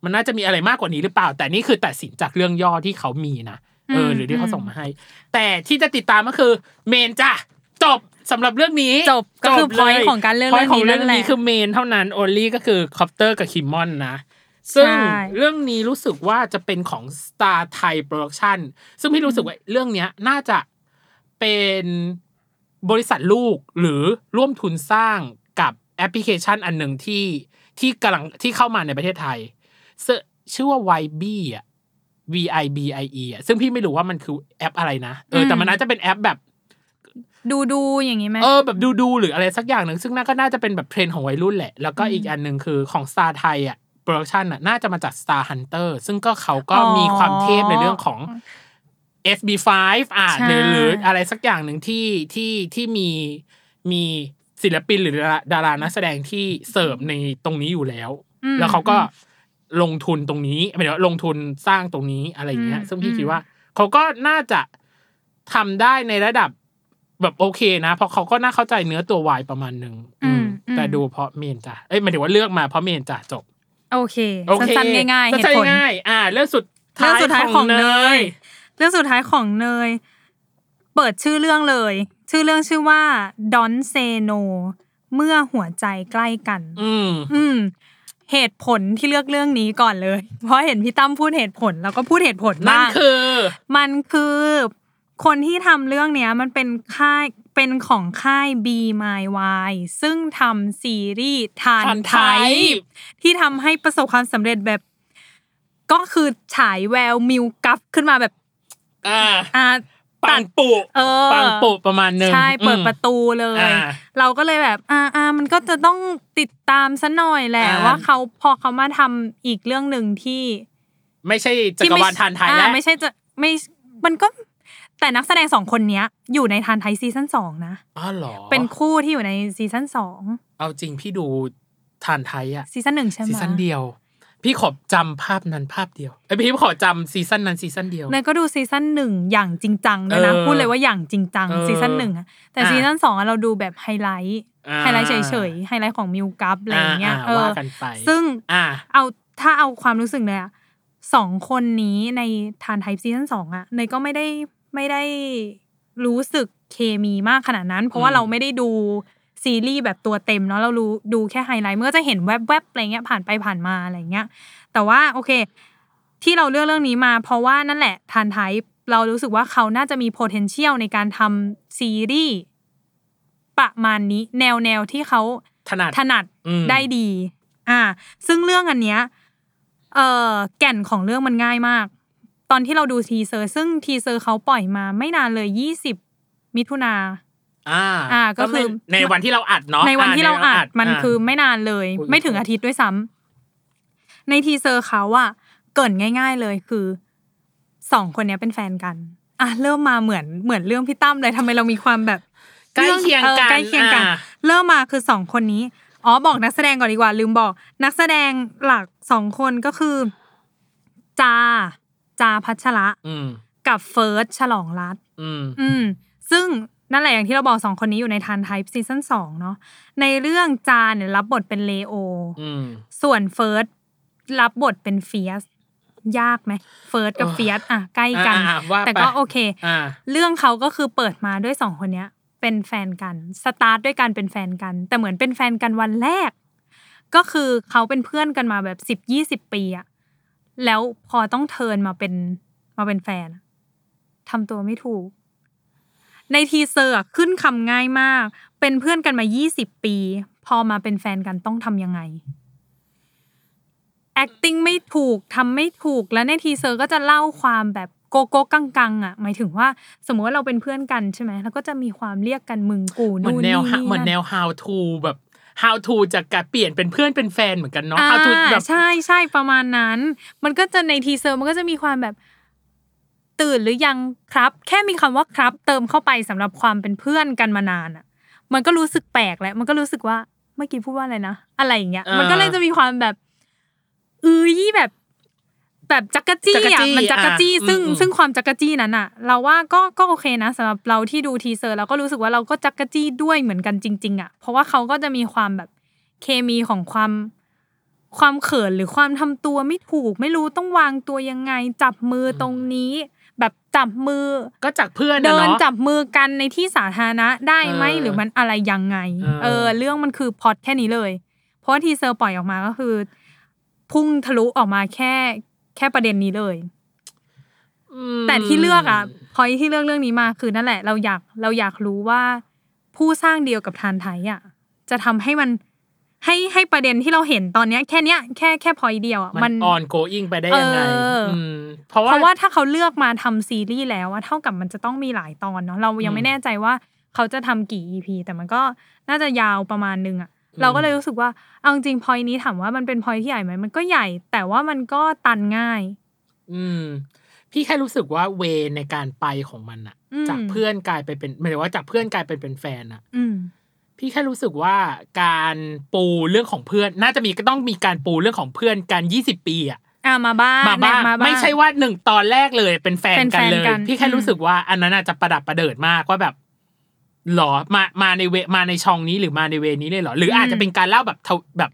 มันน่าจะมีอะไรมากกว่านี้หรือเปล่า แต่นี่คือตัดสินจากเรื่องย่อที่เขามีนะเออ
อืม
หรือที่เขาส่งมาให้ แต่ที่จะติดตามก็คือ เมนจ้ะจบสำหรับเรื่องนี้
จบก็คือพ
เล
อยของการเลือก
point
เรื่อง
ขอ
นี้
งเรื่
นั่
อนง
แหละ
นี้คือเมนเท่านั้นโอลี่ก็คือคอปเตอร์กับคิมมอนนะซึ่ง
ใช่
เรื่องนี้รู้สึกว่าจะเป็นของ Star Thai Production ซึ่งพี่รู้สึกว่าเรื่องเนี้ยน่าจะเป็นบริษัทลูกหรือร่วมทุนสร้างกับแอปพลิเคชันอันหนึ่งที่ที่กำลังที่เข้ามาในประเทศไทยซึ่งชื่อว่า YB อ่ะ V I B I E อ่ะซึ่งพี่ไม่รู้ว่ามันคือแอปอะไรนะเออแต่มันน่าจะเป็นแอปแบบ
ดูดูอย่างนี้ไหม
เออแบบดูดูๆหรืออะไรสักอย่างหนึ่งซึ่งน่าก็น่าจะเป็นแบบเทรนด์ของวัยรุ่นแหละ แล้วก็
อืม
อีกอันหนึ่งคือของ Star ไทยอ่ะโปรดักชันอ่ะน่าจะมาจาก Star Hunter ซึ่งก็เขาก็
อ๋อ
มีความเทพในเรื่องของ SB5 อ่ะ
ใช่
หรือหรืออะไรสักอย่างหนึ่งที่ที่ที่มีมีศิลปินหรือดาราดารานักแสดงที่เสิร์ฟในตรงนี้อยู่แล้ว
ม
แล้วเขาก็ลงทุนตรงนี้หมายถึงว่าลงทุนสร้างตรงนี้อะไรอย่างเงี้ย
อืม
ซึ่งพี่
อืม
คิดว่า เขาก็น่าจะทำได้ในระดับแบบโอเคนะ เพราะเขาก็น่าเข้าใจเนื้อตัววายประมาณหนึ่งอืม
อืม
แต่ดูเพราะเมนจ้ะเอ้ยหมายถึงว่าเลือกมาเพราะเมนจ้ะจบ
โอเค
โอเค
สั้นๆง่ายๆเหตุ
สั้น
ผล
ๆง่ายๆอ่าเรื่องสุด
เรื่องสุดท้ายของเนย เรื่องสุดท้ายของเนย เปิดชื่อเรื่องเลย ชื่อเรื่องชื่อว่า Don't Say No เมื่อหัวใจใกล้กัน
อืม
อืม เหตุผลที่เลือกเรื่องนี้ก่อนเลย เพราะเห็นพี่ตั้มพูดเหตุผลแล้วก็พูดเหตุผล
นั่น
บ้าง
คือ
มันคือคนที่ทำเรื่องเนี้ยมันเป็นค่ายเป็นของค่าย B My Y ซึ่งทำซีรีส์ทาน
ทาน
ไท
ไท
ย
ย
ที่ทำให้ประสบความสำเร็จแบบ ก็คือฉายแววมิวกัฟขึ้นมาแบบ
อ่า
อ่า
ปังปุ
เออ
ปังปุประมาณหนึ่ง
ใช่เปิด
อืม
ประตูเลย
อ่า
เราก็เลยแบบอ่าอ่ามันก็จะต้องติดตามซะหน่อยแหละ
อ่า
ว่าเขาพอเขามาทำอีกเรื่องหนึ่งที่
ไม่ใช่จักรวาลทานไทย
อ่
แล้ว
ไม่ใช่จะไม่มันก็แต่นักแสดงสองคนเนี้ย อยู่ในทานไทยซีซั่นสองนะ
อ๋อเหรอ
เป็นคู่ที่อยู่ในซีซั่นสอง
เอาจริงพี่ดูทานไทยอะ
ซีซั่นหนึ่งใช่ไหม
ซีซั่นเดียว พี่ขอจำภาพนั้นภาพเดียวไอยพี่ขอจำซีซั่นนั้นซีซั่นเดียว
เนยก็ดูซีซั่นหนึ่งอย่างจริงจังด้วยนะ
เออ
พูดเลยว่าอย่างจริงจัง
เออ
ซีซั่นหนึ่งอะแต่
อ่ะ
ซีซั่นสองอะเราดูแบบไฮไลท์
อ่า
ไฮไลท์เฉยๆไฮไลท์ของมิวกัฟอะไรอย่างเงี้ยเออ
ว่ากันไป
ซึ่ง
อ่า
เอาถ้าเอาความรู้สึกเลยอะสองคนนี้ในทานไทยซีซั่นสองอะเนยก็ไม่ได้ไม่ได้รู้สึกเคมีมากขนาดนั้น เพราะว่า
อืม
เราไม่ได้ดู ซีรีส์แบบตัวเต็มเนาะเรารู้ดูแค่ไฮไลท์มันก็จะเห็นแวบๆอะไรเงี้ยผ่านไปผ่านมาอะไรเงี้ย แต่ว่าโอเค ที่เราเลือกเรื่องนี้มา เพราะว่านั่นแหละทานไทยเรารู้สึกว่าเขาน่าจะมี potential ในการทำซีรีส์ประมาณนี้ แนวแนวๆที่เขา
ถนัด
ถนัด
อืม
ได้ดี อ่า ซึ่งเรื่องอันเนี้ยเออแก่นของเรื่องมันง่ายมาก ตอนที่เราดูทีเซอร์ ซึ่งทีเซอร์เขาปล่อยมาไม่นานเลยยี่สิบมิถุนา
อ่า
อ่าก็คือ
ในวันที่เราอัดเนาะ
ในวันที่เราอัดมัน
อ่า
คือไม่นานเลย
อุ๊ย
ไม่ถึงอาทิตย์ด้วยซ้ำในทีเซอร์เขาอะเกรินง่าย ๆเลยคือสองคนเนี้ยเป็นแฟนกันอ่ะเริ่มมาเหมือนเหมือนเรื่องพี่ตั้มเลยทำไมเรามีความแบบ
ใกล้เคียง
ออ
กัน
ใกล้เคียงกัน
อ่า
เริ่มมาคือสองคนนี้ อ๋อบอกนักแสดงก่อนดีกว่า ลืมบอก นักแสดงหลักสองคนก็คือ จา จาพัชระ
อืม
กับเฟิร์สฉลองรัตน์
อืม
อืม ซึ่งนั่นแหละอย่างที่เราบอกสองคนนี้อยู่ในทันไทป์ซีซั่นสองเนาะในเรื่องจานเนี่ยรับบทเป็นเลโอ
อืม
ส่วนเฟิร์สรับบทเป็นเฟียส ยากไหมเฟิร์สกับเฟียสอ่ะใกล้กัน
อ่าๆว่าไป
แต่ก็โอเค
อ่า
เรื่องเขาก็คือเปิดมาด้วยสองคนเนี้ย เป็นแฟนกันสตาร์ทด้วยการเป็นแฟนกัน แต่เหมือนเป็นแฟนกันวันแรก ก็คือเขาเป็นเพื่อนกันมาแบบสิบยี่สิบปีอะแล้วพอต้องเทิร์นมาเป็นมาเป็นแฟนอะทำตัวไม่ถูก ในทีเซอร์อะขึ้นคำง่ายมาก เป็นเพื่อนกันมายี่สิบปี พอมาเป็นแฟนกันต้องทำยังไง acting ไม่ถูกทำไม่ถูกแล้วในทีเซอร์ก็จะเล่าความแบบโกโก้กังกังๆอ่ะหมายถึงว่าสมมติว่าเราเป็นเพื่อนกันใช่ไหมแล้วก็จะมีความเรียกกันมึงกู
เหมือน
นู่น
แน
นี่
ว
นี่
เหมือนแน
นั่น
ว how to แบบ how to จากการเปลี่ยนเป็นเพื่อนเป็นแฟนเหมือนกันเนาะ how to
อ่า
แบบ
ใช่ใช่ประมาณนั้น มันก็จะในทีเซอร์มันก็จะมีความแบบตื่นหรือยังครับ แค่มีคำว่าครับ เติมเข้าไปสำหรับความเป็นเพื่อนกันมานานอ่ะ มันก็รู้สึกแปลกแล้วมันก็รู้สึกว่าเมื่อกี้พูดว่าอะไรนะอะไรอย่างเงี้ย
อ่ามั
มันก็เลยจะมีความแบบอือยี่แบบ แบบจักกะจี้
จักกะ
อ่ะ
จี้
มันจักกะจี้
อ่ะ
ซึ่ง
อืม
ซึ่งความจักกะจี้นั้นอ่ะ เราว่าก็ก็โอเคนะสำหรับเราที่ดูทีเซอร์เราก็รู้สึกว่าเราก็จักกะจี้ด้วยเหมือนกันจริง ๆ อ่ะ เพราะว่าเขาก็จะมีความแบบ เคมีของความความเขินหรือความทำตัวไม่ถูก ไม่รู้ต้องวางตัวยังไง จับมือตรงนี้ แบบจับมือ
ก็จากเพื่อนอะ
เดิน
เนาะ
จับมือกันในที่สาธารณะได้ไหม
เออ
หรือมันอะไรยังไง
เออ
เออ เรื่องมันคือพล็อดแค่นี้เลย เพราะว่าทีเซอร์ปล่อยออกมาก็คือ พุ่งทะลุออกมาแค่ แค่ประเด็นนี้เลย
อืม
แต่ที่เลือกอ่ะพอยที่เลือกเรื่องนี้มาคือนั่นแหละ เราอยากเราอยากรู้ว่า ผู้สร้างเดียวกับทานไทยอ่ะจะทำให้มันให้ให้ประเด็นที่เราเห็นตอนเนี้ย แค่เนี้ยแค่แค่พอยเดียวอ่ะ
มัน on going ไปได้ยังไง
เอออื
มเพราะ
เพราะว่า
ว่า
ถ้าเขาเลือกมาทำซีรีส์แล้วอะเท่ากับมันจะต้องมีหลายตอนเนาะเรายั
อื
ง
ม
ไม่แน่ใจว่าเขาจะทำกี่ EP แต่มันก็น่าจะยาวประมาณนึงอะ
ม
เราก็เลยรู้สึกว่าเอาจริงพอยนี้ถามว่ามันเป็นพอยที่ใหญ่ไหมมันก็ใหญ่ แต่ว่ามันก็ตันง่าย
อืม พี่แค่รู้สึกว่าเวในการไปของมันอะ
อืม
จากเพื่อนกลายไปเป็นหมายถึงว่าจากเพื่อนกลายเป็นเป็นแฟนอะ
อืม
พี่แค่รู้สึกว่าการปูเรื่องของเพื่อน น่าจะมีก็ต้องมีการปูเรื่องของเพื่อนกัน 20 ปีอะ
อ่ะมาบ้าน
มาบ้าง
เนี่ย
ไม่ใช่ว่าหนึ่งตอนแรกเลยเป็นแฟน
เป็น
กั
แฟ
น
น
เลย
กัน
พี่แค่
อืม
รู้สึกว่าอันนั้นอาจจะประดับประเดิดมากว่าแบบหรอมามาในเวมาในช่องนี้หรือมาในเวนี้เลยเหรอหรืออาจจะเป็นการเล่าแบบทวแบบ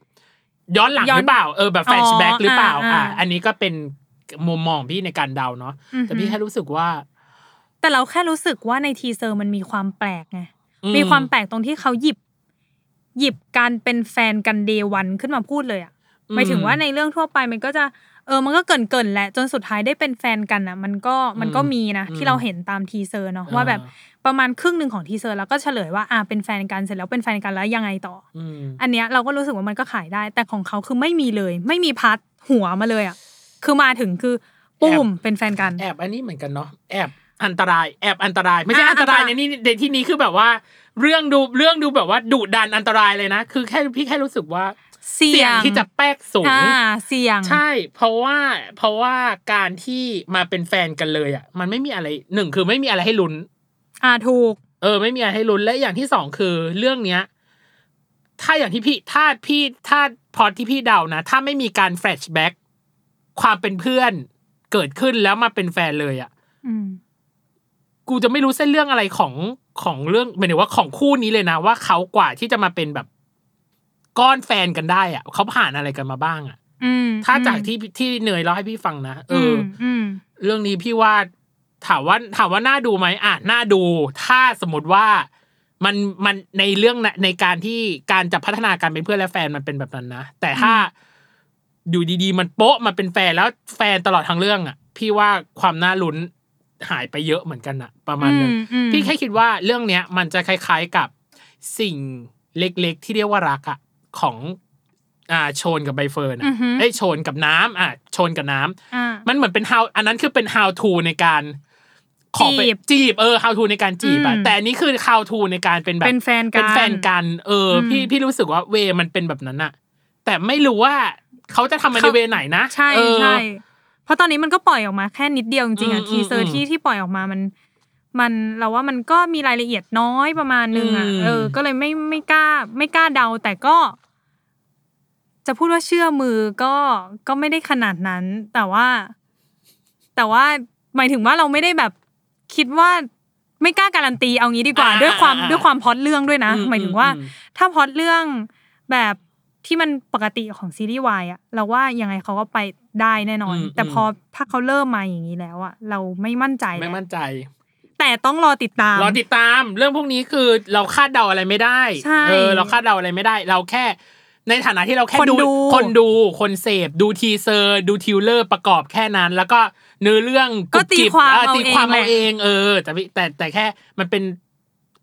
ย้อนหลังหรือเปล่าเออแบบแฟลชแบ็กหรือเปล่า อ่ะอันนี้ก็เป็น มุมมองของพี่ในการเดาเนาะ
อือ
แต่
ฮึ
พี่แค่รู้สึกว่า
แต่เราแค่รู้สึกว่าในทีเซอร์มันมีความแปลกไง
อื
มีความแปลกตรงที่เขาหยิบ หยิบการเป็นแฟนกันเดวันขึ้นมาพูดเลยอะหมายถึงว่าในเรื่องทั่วไปมันก็จะเออมันก็เกินเกินๆแหละจนสุดท้ายได้เป็นแฟนกันอะมันก็มันก็มีนะ
อืม
ที่เราเห็นตามทีเซอร์เนาะว่าแบบประมาณครึ่งหนึ่งของทีเซอร์แล้วก็เฉลยว่าอ่าเป็นแฟนกันเสร็จแล้วเป็นแฟนกันแล้วยังไงต่อ
อืม
อันเนี้ยเราก็รู้สึกว่ามันก็ขายได้ แต่ของเขาคือไม่มีเลย ไม่มีพัดหัวมาเลยอะคือมาถึงคือปุ้มเป็นแฟนกัน
แอบอันนี้เหมือนกันเนาะแอบอันตราย แอบอันตรายไม่ใช่
อ่ะ
อันตราย
อันต
ใน
ราย
นี่ในที่นี้คือแบบว่า เรื่องดูเรื่องดูแบบว่าดุดันอันตรายเลยนะ คือแค่พี่แค่รู้สึกว่า
เสียง
ที่จะแป๊กสูง
อ่าเสียง
ใช่ เพราะว่าเพราะว่าการที่มาเป็นแฟนกันเลยอ่ะมันไม่มีอะไรหนึ่งคือไม่มีอะไรให้ลุ้น
อ่าถูก
เออ ไม่มีอะไรให้ลุ้นและอย่างที่สองคือเรื่องเนี้ย ถ้าอย่างที่พี่ถ้าพี่ถ้าพอที่พี่เดานะถ้าไม่มีการแฟลชแบ็กความเป็นเพื่อนเกิดขึ้นแล้วมาเป็นแฟนเลยอ่ะ
อืม
กูจะไม่รู้เส้นเรื่องอะไรของของเรื่องหมายถึงว่าของคู่นี้เลยนะ ว่าเขากว่าที่จะมาเป็นแบบก้อนแฟนกันได้อ่ะเขาผ่านอะไรกันมาบ้างอ่ะ
อืม
ถ้าจากที่ที่เนยเล่าให้พี่ฟังนะเอออ
มอืม
เรื่องนี้พี่ว่าถามว่าถามว่าน่าดูไหมอ่ะน่าดู ถ้าสมมติว่ามันมันในเรื่องน่ะในการที่การจะพัฒนาการเป็นเพื่อนและแฟนมันเป็นแบบนั้นนะแต่ถ้าอยู่ดีๆ มันโป๊ะมาเป็นแฟนแล้วแฟนตลอดทั้งเรื่องอ่ะ พี่ว่าความน่าลุ้นหายไปเยอะเหมือนกันอะประมาณนึง
อืมอืม
พี่แค่คิดว่าเรื่องเนี้ย มันจะคล้ายๆกับสิ่งเล็กๆ ที่เรียกว่ารักอะของอ่าโชนกับใบเฟิร์นอะเอ้ยโชนกับน้ำอ่ะโชนกับน้ำ
อ่า
มันเหมือนเป็น how อันนั้นคือเป็น how to ในการขอไป
จีบ
จีบเออ how to ในการจีบอะ
อืม
แต่อันนี้คือ how to ในการเป็นแบบ
เป็นแฟนกัน
เป็นแฟนกัน เอออ
ม
พี่พี่รู้สึกว่าเวมันเป็นแบบนั้นอะแต่ไม่รู้ว่าเขาจะทำมันใน
เขา
เวไหนนะ
ใช่
เออ
ใช่เพราะตอนนี้มันก็ปล่อยออกมาแค่นิดเดียวจริงๆอ่ะ
อืม
ทีเซอ
อืม
ร์ที่ที่ปล่อยออกมามัน มันเราว่ามันก็มีรายละเอียดน้อยประมาณนึงอ่ะ
อืม
เออ ก็เลยไม่ไม่กล้า ไม่กล้าเดา แต่ก็ จะพูดว่าเชื่อมือก็ก็ไม่ได้ขนาดนั้น แต่ว่า แต่ว่าหมายถึงว่าเราไม่ได้แบบคิดว่าไม่กล้าการันตีเอางี้ดีกว่า
อ่า
ด้วยความ
อ่า
ด้วยความพล็อดเรื่องด้วยนะ หมายถึงว่า
อืม
ถ้าพล็อดเรื่องแบบที่มันปกติของซีรีส์วายอะเราว่ายังไงเขาก็ไปได้แน่นอน
อืม
แต่พอถ้าเขาเริ่มมาอย่างนี้แล้วอะเราไม่มั่นใจ
อืมไม่มั่นใจ
แต่ต้องรอติดตาม
รอติดตามเรื่องพวกนี้คือเราคาดเดาอะไรไม่ได้
ใช่
เออเราคาดเดาอะไรไม่ได้ เราแค่ในฐานะที่เราแค่
คนดู
คนดูคนเสพดูทีเซอร์ ดูทิวเลอร์ประกอบแค่นั้น แล้วก็เนื้อเรื่อง
ก็ตี
รุบ
ความ
กริบ
เอา
ตีความ
เอง
เอา
แหละ
เองเออแต่พี่แต่แต่แค่มันเป็น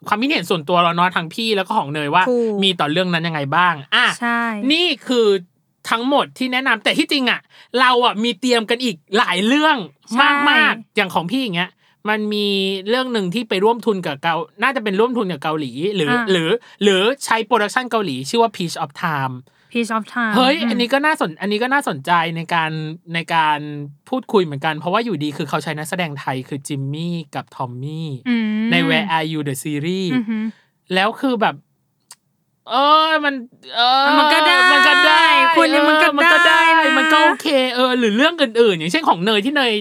ความคิดเห็นส่วนตัวเราเนาะทางพี่แล้วก็ของเนยว่า
ถูก
มีต่อเรื่องนั้นยังไงบ้างอ่ะ
ใช่
นี่คือทั้งหมดที่แนะนำแต่ที่จริงอ่ะ เราอ่ะมีเตรียมกันอีกหลายเรื่องมากมากๆอย่างของพี่อย่างเงี้ย มันมีเรื่องหนึ่งที่ไปร่วมทุนกับเกาน่าจะเป็นร่วมทุนกับเกาหลี หรืออา หรือ หรือใช้โปรดักชันเกาหลี ชื่อว่า Peach of Time
พีชออฟไทม์
เฮ้ย อันนี้ก็น่าสน อันนี้ก็น่าสนใจในการในการพูดคุยเหมือนกัน เพราะว่าอยู่ดีคือเขาใช้นักแสดงไทยคือจิมมี่กับทอมมี่ใน Where Are You the Series แล้วคือแบบ เออมัน เออ
มันก็ได้
มันก็ได้
คุณเนี่ย
เออ
มันก็
มันก็ได้
ได้นะ
มันก็โอเค เออ หรือเรื่องอื่นๆ อย่างเช่นของเนยที่เนย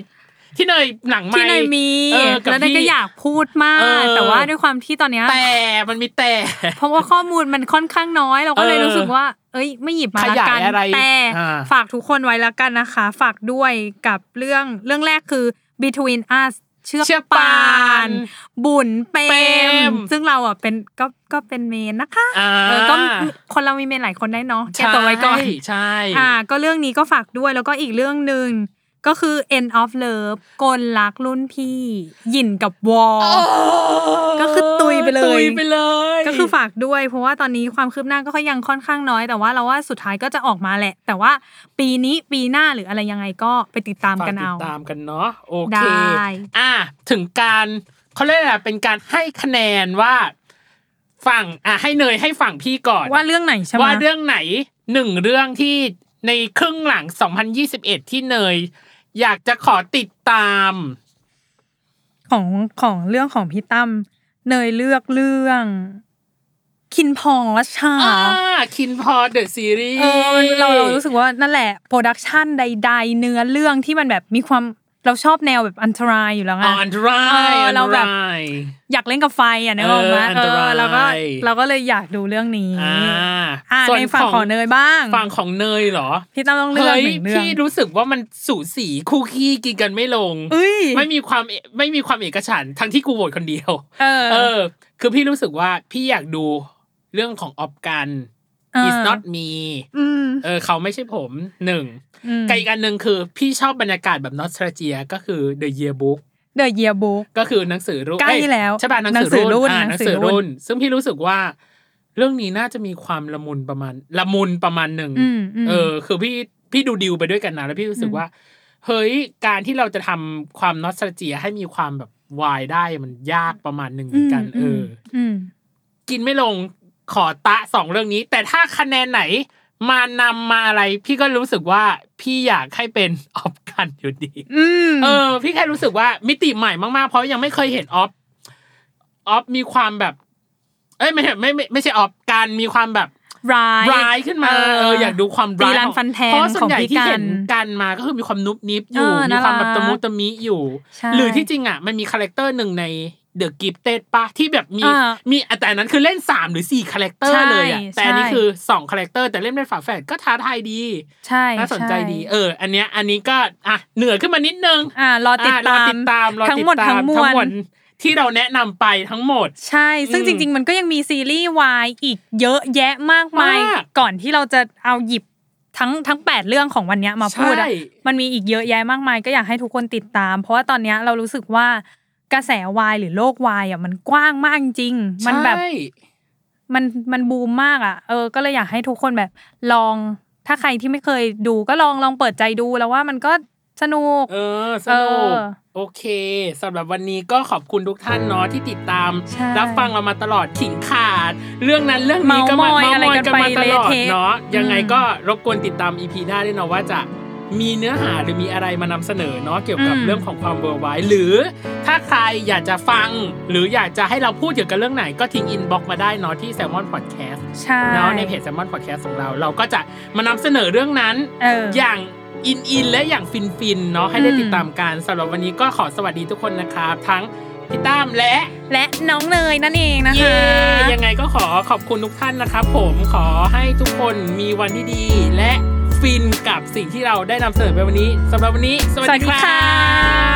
ที่เนยหนังใหม่
ที่เนยมี
เออกับ
แล้วเนยก็
พี่
อยากพูดมา
เอก อ
แต่ว่าด้วยความที่ตอนเนี้ย
แต่มันมีแต่
เพราะว่าข้อมูลมันค่อนข้างน้อย เราก็เลย
เออ
รู้สึกว่า เอ้ย ไม่หยิบมา
ข
ละ
ยาย
กัน
อะไร
แต่
อ่า
ฝากทุกคนไว้ละกันนะคะ ฝากด้วยกับเรื่องเรื่องแรกคือ between us เชือก
เชือก
ป่
ปา
าน น บุญเปร
เปร
ม
ม
ซึ่งเราอ่ะเป็นก็ก็เป็นเมนนะคะ
อ่า
เออก็คนเรามีเมนหลายคนได้เนาะแกตัวไว้ก่อน
ใช่ใช่
อ่า ก็เรื่องนี้ก็ฝากด้วยแล้วก็อีกเรื่องหนึ่งก็คือ end of love กลรักรุ่นพี่หยินกับวอ ก็คือตุยไปเลย
ตุยไปเลย
ก็คือฝากด้วย เพราะว่าตอนนี้ความคืบหน้าก็ยังค่อนข้างน้อย แต่ว่าเราว่าสุดท้ายก็จะออกมาแหละ แต่ว่าปีนี้ปีหน้าหรืออะไรยังไงก็ไปติดตาม
ฝาก
กัน
ติ
เอา
ดตามกันเนาะโอ
ได้
เคอ่ะถึงการเขาเรียกอะไรเป็นการให้คะแนนว่าฝั่งอ่ะให้เนยให้ฝั่งพี่ก่อน
ว่าเรื่องไหนใช่ไหม
ว่าเรื่องไหนหนึ่งเรื่องที่ในครึ่งหลัง 2021 ที่เนย อยากจะขอติดตาม
ของของเรื่องของพี่ตั้มเนยเลือกเรื่องคินพอชค่ะ
อ่าคินพอเดอะซีรีส์
เออมันเราเรารู้สึกว่านั่นแหละโปรดักชันใด ๆ เนื้อเรื่องที่มันแบบมีความ เราชอบแนวแบบอันตรายอยู่แล้วไง
อ๋ออันตราย
เออเราแบบ อยากเล่นกับไฟอ่ะนึกออกไหม
เอออัน
เอ
ตรา
อย เราก็เราก็เลยอยากดูเรื่องนี้
อ่า
อ่าในฝั่งของเนยบ้าง
ฝั่งของเนยเหรอ
พี่ตั้มต้องเลือก
เฮ้ย
หนึ่งเรื่อง
พี่รู้สึกว่ามันสูสีคู่ขี้กินกันไม่ลง
เอ้ย
ไม่มีความไม่มีความเอกฉันท์ทั้งที่กูโหวตคนเดียว
เออ
เออ คือพี่รู้สึกว่าพี่อยากดูเรื่องของออฟกัน
เออ
is not me
อืม
เออ เขาไม่ใช่ผมหนึ่ง
อืม
กับอีกอันหนึ่งคือพี่ชอบบรรยากาศแบบนอสตราเจียก็คือ The Yearbook
The Yearbook
ก็คือหนังสือรุ่น
ใกล้
เอ้ย
แล้ว
ใช่ป่ะหนัง
หนังสื
สื
อ
อ
รุ่
รุ่
น
นอ่าห
หนั
นั
ง
ง
สื
สื
อ
อ
รุ่น
รุ่น ซึ่งพี่รู้สึกว่า เรื่องนี้น่าจะมีความละมุนประมาณละมุนประมาณหนึ่ง
อืมม
เออคือพี่พี่ดูดิวไปด้วยกันนะแล้วพี่รู้สึ
อื
ก
ม
ว่า เฮ้ยการที่เราจะทำความนอสตาเจียให้มีความแบบวายได้มันยากประมาณหนึ่งเหมือนกัน เอออ
อืม
กินไม่ลงขอตะสองเรื่องนี้ แต่ถ้าคะแนนไหนมานำมาอะไร พี่ก็รู้สึกว่าพี่อยากให้เป็น ออฟกันอยู่ดี
อืม
เออ พี่แค่รู้สึกว่ามิติใหม่มากๆ เพราะยังไม่เคยเห็นออฟออฟมีความแบบ เอ้ยไม่ใช่ไม่ไม่ไม่ใช่ออฟกันมีความแบบ
ร้าย
ร้ายขึ้นมาเอออยากดูความร้าย
ตีรัน
ของ
ฟันแทง
เพราะส่วนใหญ่
ของพี่
ที่เห็น
กัน
กันมาก็คือมีความนุบนิบอยู่
เออ
มี
น่ารัก
ความแบบตะมุตะมิอยู่
ใช่
หรือที่จริงอ่ะมันมีคาแรคเตอร์หนึ่งในเดอะกิฟเต็ดปะที่แบบมี
อ่า
มีแต่อันนั้นคือเล่น 3 หรือ 4 คาแรคเตอ
ใช่
ร์เลยอ่ะแต่อันนี้
ใช่
คือ 2 คาแรคเตอร์แต่เล่นเป็นฝาแฝดก็ท้าทายดี
ใช่
น่าสนใจ
ช่
ดีเออ อันเนี้ยอันนี้ก็อ่ะเหนือขึ้นมานิดนึง
อ่ารอติด
อ่ะรอ
ตาม
ติดตามรอ
ทั้ง
ติ
หมด
ตา
ทั้งมว
ทั้งหม
ล
ดที่เราแนะนำไปทั้งหมด
ใช่ ซึ่ง
อืม
จริง ๆ มันก็ยังมีซีรีส์วายอีกเยอะแยะมากมาย
มาก
ก่อนที่เราจะเอาหยิบทั้งทั้งแปดเรื่องของวันเนี้ยมาพูดอะ
ใช่
มันมีอีกเยอะแยะมากมาย ก็อยากให้ทุกคนติดตาม เพราะว่าตอนเนี้ยเรารู้สึกว่ากระแสวายหรือโลกวายอ่ะมันกว้างมากจริงๆมันแบบ
ใช่
มันมันบูมมากอ่ะ เออ ก็เลยอยากให้ทุกคนแบบลอง ถ้าใครที่ไม่เคยดูก็ลองลองเปิดใจดูแล้วว่ามันก็สนุก
เออสนุก
เออ
โอเคสำหรับวันนี้ก็ขอบคุณทุกท่านเนาะที่ติดตาม
ใช่
รับฟังเรามาตลอดขิงขาด เรื่องนั้นเรื่องนี้ก็มา
เมามอย
เมา
อะไร
มอย
กัน
กัน
ไป
มาตลอด
เละเทะ
เนาะยังไง
อืม
ก็รบกวนติดตาม EP หน้าด้วยเนาะว่าจะมีเนื้อหาหรือมีอะไรมานำเสนอเนาะเกี่ยวกับ
อืม
เรื่องของความเบอร์ไว้หรือ ถ้าใครอยากจะฟัง หรืออยากจะให้เราพูดเกี่ยวกับเรื่องไหนก็ทิ้งอินบ็อกมาได้เนาะที่แซลมอนพอดแคสต์
ใช่
เนาะในเพจแซลมอนพอดแคสต์ของเรา เราก็จะมานำเสนอเรื่องนั้น
เออ
อย่างอินอินและอย่างฟินฟินเนาะให้ได้
อืม
ติดตามกันสำหรับวันนี้ก็ขอสวัสดีทุกคนนะครับ ทั้งพี่ตั้มและ
และน้องเนยนั่นเองนะ
เย
คะ
ยังไงก็ขอขอบคุณทุกท่านนะครับ ผมขอให้ทุกคนมีวันที่ดี และฟินกับสิ่งที่เราได้นำเสนอไปวันนี้สำหรับวันนี้ สวัส
สวัส
ดี
ดี
ค
ค่ะ
รับ